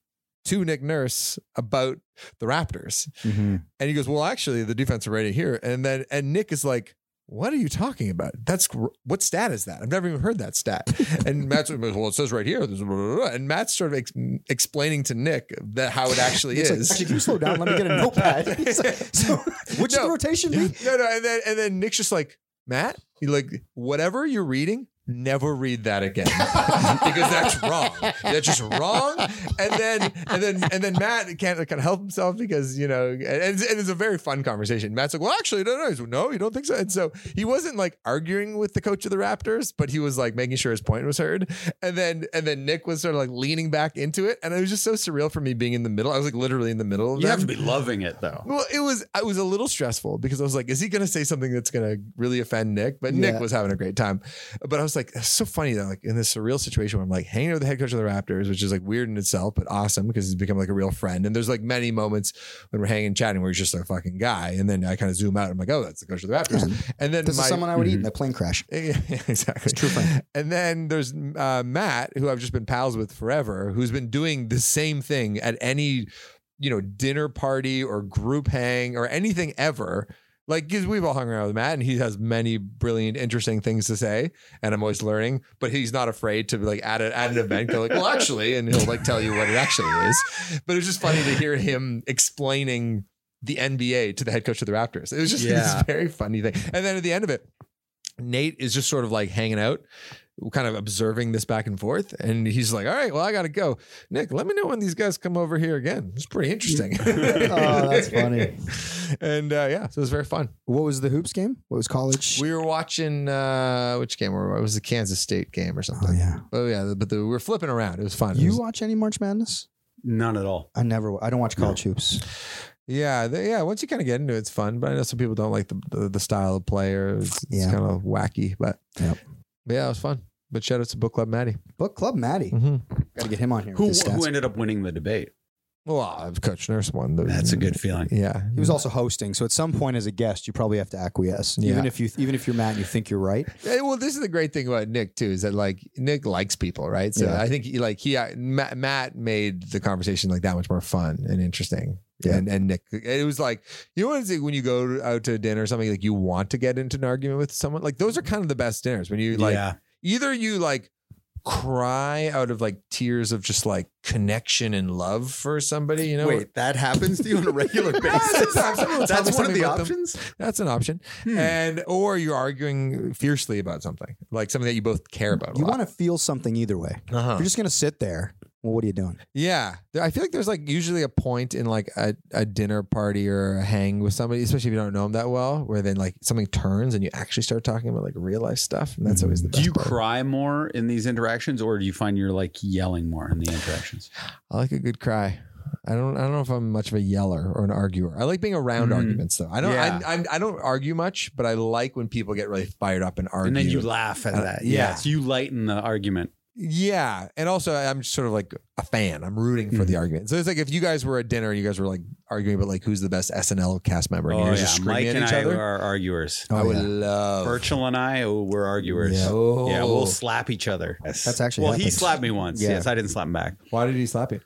[SPEAKER 4] to Nick Nurse about the Raptors. And he goes, "Well, actually, the defense are right here." And then and Nick is like, "What are you talking about? That's gr- what stat is that? I've never even heard that stat." and Matt's like, "Well, it says right here." There's blah, blah, blah." And Matt's sort of ex- explaining to Nick that how it actually
[SPEAKER 1] It's like,
[SPEAKER 4] is.
[SPEAKER 1] actually, can you slow down? Let me get a notepad. It's like, so, which is
[SPEAKER 4] No.
[SPEAKER 1] the rotation be?
[SPEAKER 4] no, no, and then and then Nick's just like, Matt, he like whatever you're reading, never read that again because that's wrong. That's just wrong. And then and then and then Matt can't kind of help himself because you know, and, and it's, and it's a very fun conversation. Matt's like, well, actually, no, no, He's like, no, you don't think so. And so he wasn't like arguing with the coach of the Raptors, but he was like making sure his point was heard. And then and then Nick was sort of like leaning back into it, and it was just so surreal for me being in the middle. I was like literally in the middle. Of
[SPEAKER 3] You have
[SPEAKER 4] them.
[SPEAKER 3] to be loving it though.
[SPEAKER 4] Well, it was I was a little stressful because I was like, is he gonna say something that's gonna really offend Nick? But
[SPEAKER 1] Yeah.
[SPEAKER 4] Nick was having a great time. But I was like, it's so funny that like in this surreal situation where I'm like hanging out with the head coach of the Raptors, which is like weird in itself, but awesome because he's become like a real friend. And there's like many moments when we're hanging chatting where he's just a fucking guy. And then I kind of zoom out, I'm like, oh, that's the coach of the Raptors. And then
[SPEAKER 1] This
[SPEAKER 4] my,
[SPEAKER 1] is someone I would eat in a plane crash.
[SPEAKER 4] yeah, exactly.
[SPEAKER 1] true friend.
[SPEAKER 4] And then there's uh, Matt, who I've just been pals with forever, who's been doing the same thing at any, you know, dinner party or group hang or anything ever. Like, because we've all hung around with Matt, and he has many brilliant, interesting things to say, and I'm always learning. But he's not afraid to be like at, a, at an event, go like, "Well, actually," and he'll like tell you what it actually is. But it's just funny to hear him explaining the NBA to the head coach of the Raptors. It was just
[SPEAKER 3] Yeah.
[SPEAKER 4] this very funny thing. And then at the end of it, Nate is just sort of like hanging out, kind of observing this back and forth. And he's like, All right, well, I got to go. Nick, let me know when these guys come over here again. It's pretty interesting.
[SPEAKER 1] Oh, that's funny.
[SPEAKER 4] And uh, yeah, so it was very fun.
[SPEAKER 1] What was the hoops game? What was college?
[SPEAKER 4] We were watching, uh, which game were we? It was the Kansas State game or something.
[SPEAKER 1] oh yeah.
[SPEAKER 4] Oh, yeah. But the, we were flipping around. It was fun. It
[SPEAKER 1] You
[SPEAKER 4] was-
[SPEAKER 1] watch any March Madness?
[SPEAKER 3] None at all.
[SPEAKER 1] I never. I don't watch college hoops.
[SPEAKER 4] yeah. the- yeah. Once you kind of get into it, it's fun. But I know some people don't like the, the, the style of play or it's,
[SPEAKER 1] Yeah.
[SPEAKER 4] kind of wacky. But,
[SPEAKER 1] Yep.
[SPEAKER 4] but yeah, it was fun. But shout out to Book Club Maddie.
[SPEAKER 1] Book Club Maddie.
[SPEAKER 4] Mm-hmm.
[SPEAKER 1] Got to get him on here.
[SPEAKER 3] Mm. Who
[SPEAKER 1] with his stats.
[SPEAKER 3] who ended up winning the debate?
[SPEAKER 4] Well, Coach Nurse won. The,
[SPEAKER 3] That's a good feeling.
[SPEAKER 4] Yeah.
[SPEAKER 1] He was also hosting, so at some point as a guest, you probably have to acquiesce,
[SPEAKER 4] Yeah.
[SPEAKER 1] even if you even if you're Matt and you think you're right.
[SPEAKER 4] Eh, well, this is the great thing about Nick too is that like Nick likes people, right? So
[SPEAKER 1] Yeah.
[SPEAKER 4] I think he like he uh, Matt, Matt made the conversation like that much more fun and interesting.
[SPEAKER 1] Yeah.
[SPEAKER 4] And and Nick, it was like you know what it's like when you go out to dinner or something like you want to get into an argument with someone. Like those are kind of the best dinners when you like
[SPEAKER 3] yeah.
[SPEAKER 4] either you like cry out of like tears of just like connection and love for somebody. You know,
[SPEAKER 7] Wait, that happens to you on a regular basis?
[SPEAKER 4] Sometimes someone will tell
[SPEAKER 7] That's
[SPEAKER 4] me
[SPEAKER 7] one of
[SPEAKER 4] something
[SPEAKER 7] the
[SPEAKER 4] about them.
[SPEAKER 7] options?
[SPEAKER 4] that's an option.
[SPEAKER 3] Hmm.
[SPEAKER 4] And or you're arguing fiercely about something like something that you both care about. A
[SPEAKER 1] You
[SPEAKER 4] lot.
[SPEAKER 1] want to feel something either way.
[SPEAKER 4] Uh-huh.
[SPEAKER 1] If you're just gonna sit there. Well, what are you doing?
[SPEAKER 4] Yeah, There- I feel like there's like usually a point in like a, a dinner party or a hang with somebody, especially if you don't know them that well, where then like something turns and you actually start talking about like real life stuff, and that's always the
[SPEAKER 3] Mm. Do
[SPEAKER 4] best.
[SPEAKER 3] you
[SPEAKER 4] part.
[SPEAKER 3] cry more in these interactions, or do you find you're like yelling more in the interactions?
[SPEAKER 4] I like a good cry. I don't. I don't know if I'm much of a yeller or an arguer. I like being around
[SPEAKER 3] Mm.
[SPEAKER 4] arguments though. I don't.
[SPEAKER 3] Yeah.
[SPEAKER 4] I, I'm, I don't argue much, but I like when people get really fired up and argue.
[SPEAKER 3] And then you laugh at
[SPEAKER 4] Uh,
[SPEAKER 3] that.
[SPEAKER 4] yeah.
[SPEAKER 3] Yes, you lighten the argument.
[SPEAKER 4] Yeah, and also I'm just sort of like a fan. I'm rooting for
[SPEAKER 3] Mm-hmm.
[SPEAKER 4] the argument. So it's like if you guys were at dinner and you guys were like arguing about like who's the best SNL cast member, and you guys are
[SPEAKER 3] Oh, Mike
[SPEAKER 4] screaming
[SPEAKER 3] and
[SPEAKER 4] at each
[SPEAKER 3] I
[SPEAKER 4] other.
[SPEAKER 3] are arguers.
[SPEAKER 1] Oh,
[SPEAKER 4] I would
[SPEAKER 1] yeah.
[SPEAKER 4] love
[SPEAKER 3] Virtual and I, oh, we're arguers.
[SPEAKER 1] Yeah.
[SPEAKER 3] Yeah,
[SPEAKER 4] Oh.
[SPEAKER 3] we'll slap each other.
[SPEAKER 1] That's actually
[SPEAKER 3] well, he
[SPEAKER 1] happened.
[SPEAKER 3] slapped me once.
[SPEAKER 1] Yeah.
[SPEAKER 3] Yes, I didn't slap him back.
[SPEAKER 4] Why did he slap you?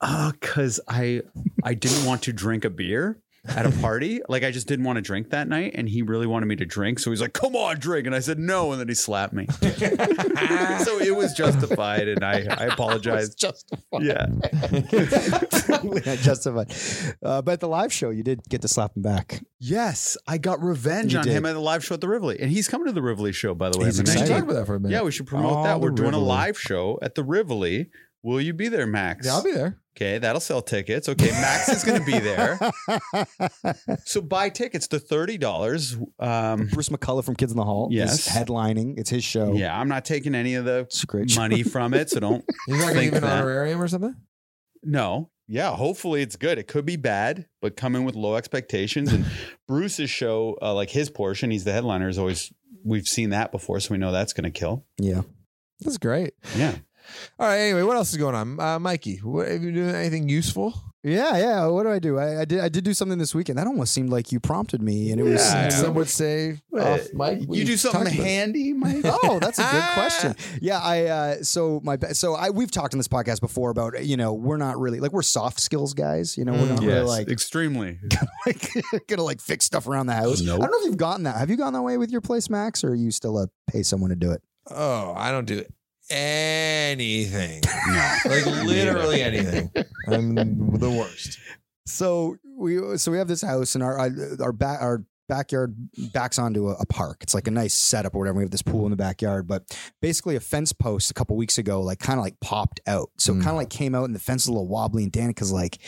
[SPEAKER 3] Uh, cause I I didn't want to drink a beer at a party. like I just didn't want to drink that night, and he really wanted me to drink. So he's like, "Come on, drink," and I said no, and then he slapped me. so it was justified, and I I apologized. justified. Yeah,
[SPEAKER 1] Justified. Uh, but at the live show, you did get to slap him back.
[SPEAKER 3] Yes, I got revenge
[SPEAKER 1] You
[SPEAKER 3] on
[SPEAKER 1] did.
[SPEAKER 3] him at the live show at the Rivoli, and he's coming to the Rivoli show by the way.
[SPEAKER 1] He's
[SPEAKER 3] on the
[SPEAKER 4] We should
[SPEAKER 1] excited.
[SPEAKER 3] 19th.
[SPEAKER 4] talk about that for a minute.
[SPEAKER 3] Yeah, we should promote
[SPEAKER 4] Oh,
[SPEAKER 3] that. We're
[SPEAKER 4] the
[SPEAKER 3] doing a
[SPEAKER 4] Rivoli.
[SPEAKER 3] live show at the Rivoli Will you be there, Max?
[SPEAKER 4] Yeah, I'll be there.
[SPEAKER 3] okay, that'll sell tickets. Okay, Max is going to be there. So buy tickets. They're thirty dollars. Um,
[SPEAKER 1] Bruce McCullough from Kids in the Hall
[SPEAKER 3] Yes.
[SPEAKER 1] is headlining. It's his show.
[SPEAKER 3] yeah, I'm not taking any of the
[SPEAKER 1] It's a great show.
[SPEAKER 3] money from it, so don't.
[SPEAKER 4] You're not gonna
[SPEAKER 3] Think
[SPEAKER 4] give an
[SPEAKER 3] that.
[SPEAKER 4] honorarium or something?
[SPEAKER 3] No. Yeah, hopefully it's good. It could be bad, but come in with low expectations. And Bruce's show, uh, like his portion, he's the headliner. Is always we've seen that before, so we know that's going to kill.
[SPEAKER 1] Yeah.
[SPEAKER 4] That's great.
[SPEAKER 3] Yeah.
[SPEAKER 4] All right. Anyway, what else is going on, uh, Mikey? What, have you doing anything useful?
[SPEAKER 1] Yeah, yeah. What do I do? I, I did. I did do something this weekend. That almost seemed like you prompted me, and it was.
[SPEAKER 3] Yeah.
[SPEAKER 4] Some would say off mic. we
[SPEAKER 3] you do something
[SPEAKER 4] talked about it.
[SPEAKER 3] handy, Mike?
[SPEAKER 1] Oh, that's a good question. Yeah, I. Uh, so my. ba- So I. We've talked on this podcast before about you know we're not really like we're soft skills guys. You know we're
[SPEAKER 4] Mm.
[SPEAKER 1] not really
[SPEAKER 3] yes,
[SPEAKER 1] like
[SPEAKER 3] extremely.
[SPEAKER 1] like gonna like fix stuff around the house.
[SPEAKER 3] Nope.
[SPEAKER 1] I don't know if you've gotten that. Have you gone that way with your place, Max, or are you still a pay someone to do it?
[SPEAKER 4] Oh, I don't do anything. like literally anything. I'm the worst.
[SPEAKER 1] So we so we have this house and our our back our backyard backs onto a, a park. It's like a nice setup or whatever. We have this pool in the backyard, but basically a fence post a couple weeks ago like kind of like popped out. So
[SPEAKER 4] Mm.
[SPEAKER 1] kind of like came out and the fence was a little wobbly and Danica's like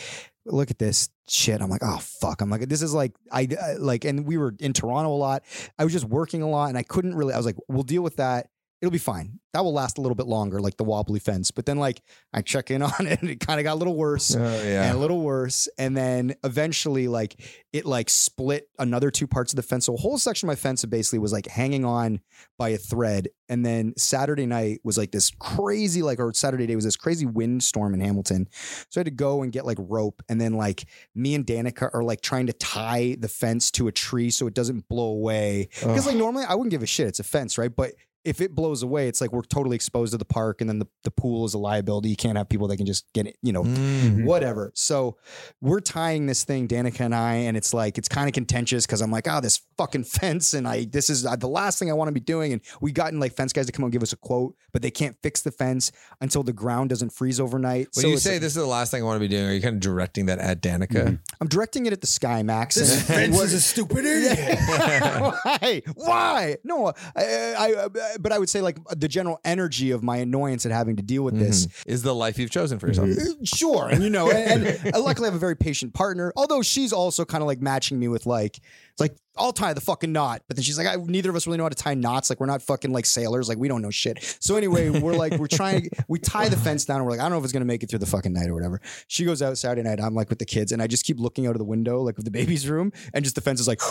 [SPEAKER 1] look at this shit. I'm like, oh fuck. I'm like, this is like I I- like, and we were in Toronto a lot. I was just working a lot, and I couldn't really. I was like, we'll deal with that. It'll be fine. That will last a little bit longer, like the wobbly fence. But then, like, I check in on it, and it kind of got a little worse.
[SPEAKER 4] Oh
[SPEAKER 1] And
[SPEAKER 4] yeah.
[SPEAKER 1] a little worse, and then eventually, like it, like split another two parts of the fence. So a whole section of my fence basically was like hanging on by a thread. And then Saturday night was like this crazy, like, or Saturday day was this crazy windstorm in Hamilton. So I had to go and get like rope. And then like me and Danica are like trying to tie the fence to a tree so it doesn't blow away.
[SPEAKER 4] Oh.
[SPEAKER 1] Because like normally I wouldn't give a shit. It's a fence, right? But if it blows away, it's like we're totally exposed to the park. And then the, the pool is a liability. You can't have people that can just get it, you know,
[SPEAKER 4] Mm.
[SPEAKER 1] whatever. So we're tying this thing, Danica and I, and it's like it's kind of contentious because I'm like, oh, this fucking fence, and I this is uh, the last thing I want to be doing. And we gotten like fence guys to come and give us a quote, but they can't fix the fence until the ground doesn't freeze overnight.
[SPEAKER 4] When
[SPEAKER 1] so
[SPEAKER 4] you
[SPEAKER 1] it's
[SPEAKER 4] say
[SPEAKER 1] like-
[SPEAKER 4] this is the last thing I want to be doing, are you kind of directing that at Danica? Hmm.
[SPEAKER 1] I'm directing it at the sky, Max.
[SPEAKER 3] This
[SPEAKER 1] and-
[SPEAKER 3] fence is a stupid idiot.
[SPEAKER 1] Why? Why? No, I, I, I- But I would say like the general energy of my annoyance at having to deal with this
[SPEAKER 4] Mhm. Is the life you've chosen for yourself?
[SPEAKER 1] sure and you know and, and uh, luckily i have a very patient partner although she's also kind of like matching me with like it's like i'll tie the fucking knot but then she's like I, neither of us really know how to tie knots like we're not fucking like sailors like we don't know shit so anyway we're like we're trying we tie the fence down and we're like i don't know if it's gonna make it through the fucking night or whatever she goes out saturday night i'm like with the kids and i just keep looking out of the window like of the baby's room and just the fence is like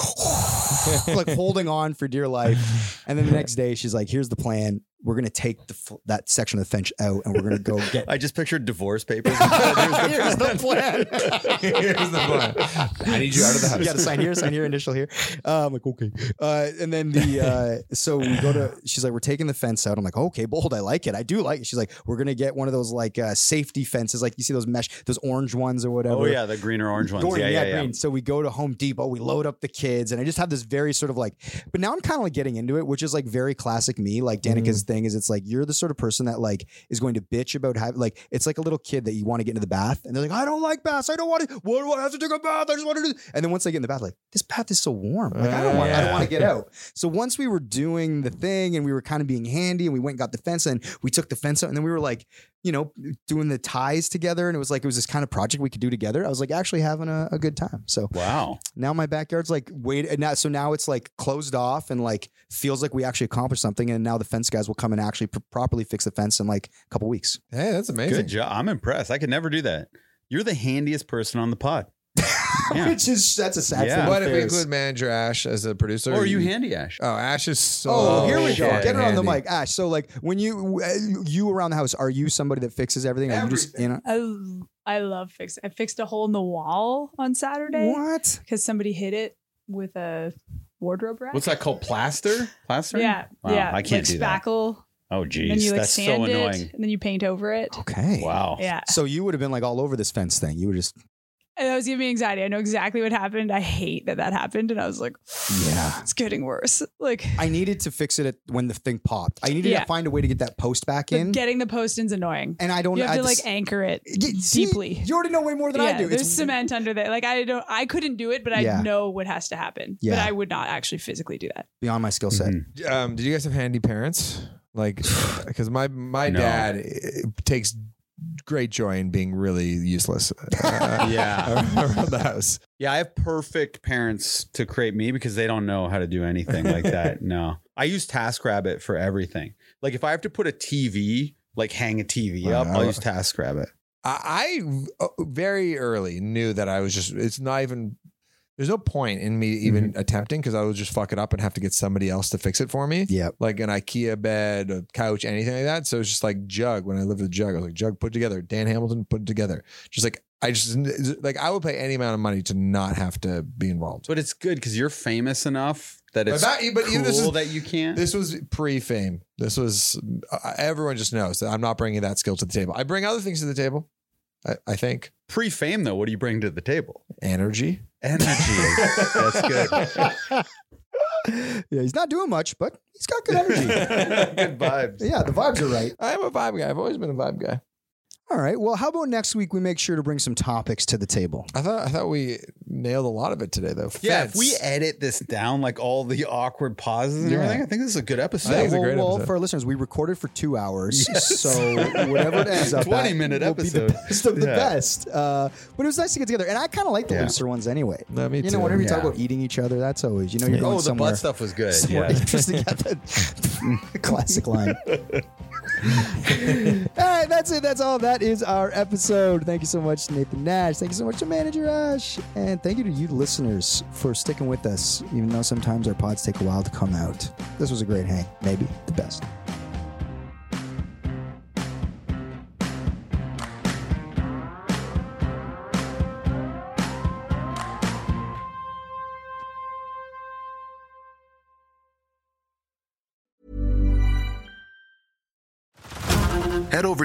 [SPEAKER 1] like holding on for dear life and then the next day she's like here's the plan we're gonna take the, f- that section of the fence out and we're gonna go get
[SPEAKER 3] I just pictured divorce papers.
[SPEAKER 1] Here's the plan.
[SPEAKER 4] Here's the plan. I need you out of the
[SPEAKER 1] You
[SPEAKER 4] house.
[SPEAKER 1] got to sign here, sign here, initial here. Uh, I'm like, okay. Uh, and then the uh, so we go to. She's like, we're taking the fence out. I'm like, okay, bold. I like it. I do like it. She's like, we're gonna get one of those like uh, safety fences, like you see those mesh, those orange ones or whatever.
[SPEAKER 3] oh yeah, the green or orange ones.
[SPEAKER 1] Gordon,
[SPEAKER 3] yeah, yeah, yeah.
[SPEAKER 1] green. So we go to Home Depot, we load up the kids, and I just have this very sort of like, but now I'm kind of like getting into it, which is like very classic me. Like Danica's thing is it's like you're the sort of person that like is going to bitch about having like it's like a little kid that you want to get into the bath, and they're like, I don't like baths, I don't want to, what do I have to take a bath? I just want to do and then once they get in the bath, like, this bath is so warm. Like I don't want I don't
[SPEAKER 4] Yeah.
[SPEAKER 1] want to get out. So once we were doing the thing and we were kind of being handy and we went and got the fence and we took the fence out and then we were like, you know, doing the ties together. And it was like, it was this kind of project we could do together. I was like actually having a, a good time. So
[SPEAKER 3] Wow.
[SPEAKER 1] now my backyard's like, wait, and now, so now it's like closed off and like feels like we actually accomplished something. And now the fence guys will come and actually pr- properly fix the fence in like a couple weeks.
[SPEAKER 4] Hey, that's
[SPEAKER 3] Good
[SPEAKER 4] amazing.
[SPEAKER 3] job. I'm impressed. I could never do that. You're the handiest person on the pod. Yeah.
[SPEAKER 1] Which is, that's a sad
[SPEAKER 3] Yeah.
[SPEAKER 1] thing.
[SPEAKER 3] job.
[SPEAKER 4] What if we include manager Ash as a producer?
[SPEAKER 3] Or are you Uh, handy, Ash?
[SPEAKER 4] Oh, Ash is so.
[SPEAKER 1] Oh, here we go.
[SPEAKER 4] fucking
[SPEAKER 1] Get it on the
[SPEAKER 4] handy.
[SPEAKER 1] mic, Ash. So, like, when you uh, you around the house, are you somebody that fixes everything? Are you just in? A,
[SPEAKER 6] I l- I love fixing. I fixed a hole in the wall on Saturday
[SPEAKER 1] what?
[SPEAKER 6] because somebody hit it with a wardrobe rack.
[SPEAKER 3] What's that called? Plaster? Plaster?
[SPEAKER 6] Yeah,
[SPEAKER 3] Wow,
[SPEAKER 6] yeah.
[SPEAKER 3] I can't
[SPEAKER 6] like
[SPEAKER 3] do that.
[SPEAKER 6] spackle,
[SPEAKER 3] Oh,
[SPEAKER 6] and
[SPEAKER 3] geez.
[SPEAKER 6] you like
[SPEAKER 3] That's so
[SPEAKER 6] sand
[SPEAKER 3] annoying. Oh,
[SPEAKER 6] it, and then you paint over it.
[SPEAKER 1] Okay.
[SPEAKER 3] Wow.
[SPEAKER 6] Yeah,
[SPEAKER 1] So you would have been like all over this fence thing. You were just
[SPEAKER 6] and that was giving me anxiety. I know exactly what happened. I hate that that happened, and I was like,
[SPEAKER 1] yeah.
[SPEAKER 6] it's getting worse. Like,
[SPEAKER 1] I needed to fix it at, when the thing popped. I needed
[SPEAKER 6] Yeah.
[SPEAKER 1] to find a way to get that post back
[SPEAKER 6] like,
[SPEAKER 1] in,
[SPEAKER 6] getting the post in's annoying.
[SPEAKER 1] and I don't.
[SPEAKER 6] You have
[SPEAKER 1] I
[SPEAKER 6] to like
[SPEAKER 1] just-
[SPEAKER 6] anchor it
[SPEAKER 1] Yeah, see,
[SPEAKER 6] deeply.
[SPEAKER 1] You already know way more than I
[SPEAKER 6] Yeah,
[SPEAKER 1] do.
[SPEAKER 6] there's cement under there. Like I don't, I couldn't do it, but I
[SPEAKER 1] Yeah.
[SPEAKER 6] know what has to happen. But
[SPEAKER 1] Yeah.
[SPEAKER 6] I would not actually physically do that.
[SPEAKER 1] beyond my skill set.
[SPEAKER 3] Mhm.
[SPEAKER 4] Um, did you guys have handy parents? Like, because my my
[SPEAKER 3] No.
[SPEAKER 4] dad eh, takes great joy in being really useless uh,
[SPEAKER 3] Yeah.
[SPEAKER 4] around the house.
[SPEAKER 3] Yeah, I have perfect parents to create me because they don't know how to do anything like that. No. I use TaskRabbit for everything. Like if I have to put a TV, like hang a TV up,
[SPEAKER 4] Wow.
[SPEAKER 3] I'll use TaskRabbit.
[SPEAKER 4] I, I uh, very early knew that I was just, it's not even, there's no point in me even
[SPEAKER 3] Mm-hmm.
[SPEAKER 4] attempting because I would just fuck it up and have to get somebody else to fix it for me.
[SPEAKER 1] Yep.
[SPEAKER 4] Like an IKEA bed, a couch, anything like that. So it's just like Jug. When I lived with Jug, I was like, Jug, put it together. Dan Hamilton, put it together. Just like, I just, like, I would pay any amount of money to not have to be involved.
[SPEAKER 3] But it's good because you're famous enough that
[SPEAKER 4] But
[SPEAKER 3] it's
[SPEAKER 4] that- but
[SPEAKER 3] cool
[SPEAKER 4] even this is-
[SPEAKER 3] that you can't.
[SPEAKER 4] This was pre-fame. This was uh, everyone just knows that I'm not bringing that skill to the table. I bring other things to the table. I, I think
[SPEAKER 3] Pre-fame though, what do you bring to the table?
[SPEAKER 4] energy.
[SPEAKER 3] Energy. That's good.
[SPEAKER 1] yeah, he's not doing much, but he's got good energy.
[SPEAKER 3] good vibes.
[SPEAKER 1] yeah, the vibes are right.
[SPEAKER 4] I am a vibe guy. I've always been a vibe guy.
[SPEAKER 1] All right. Well, how about next week we make sure to bring some topics to the table?
[SPEAKER 4] I thought I thought we nailed a lot of it today, though.
[SPEAKER 3] Yeah, if
[SPEAKER 4] Fence.
[SPEAKER 3] we edit this down, like all the awkward pauses and
[SPEAKER 4] Yeah.
[SPEAKER 3] everything, I think this is a good episode.
[SPEAKER 4] I think it's a
[SPEAKER 1] well,
[SPEAKER 4] great
[SPEAKER 1] well,
[SPEAKER 4] episode.
[SPEAKER 1] for our listeners, we recorded for two hours, so whatever it ends up,
[SPEAKER 3] 20
[SPEAKER 1] at
[SPEAKER 3] minute
[SPEAKER 1] will be the
[SPEAKER 3] episode.
[SPEAKER 1] best of the
[SPEAKER 3] Yeah.
[SPEAKER 1] best. Uh, but it was nice to get together, and I kind of like the
[SPEAKER 3] Yeah.
[SPEAKER 1] looser ones anyway.
[SPEAKER 4] No, me
[SPEAKER 1] you
[SPEAKER 4] too.
[SPEAKER 1] know, whenever you talk
[SPEAKER 3] Yeah.
[SPEAKER 1] about eating each other, that's always you know you're going
[SPEAKER 3] Oh, the
[SPEAKER 1] somewhere.
[SPEAKER 3] butt stuff was good.
[SPEAKER 1] somewhere interesting. Yeah, that classic line. all right, that's it. That's all. That is our episode. Thank you so much, Nathan Nash. Thank you so much to Manager Ash, and thank you to you listeners for sticking with us, even though sometimes our pods take a while to come out. This was a great hang, maybe the best.
[SPEAKER 8] Head over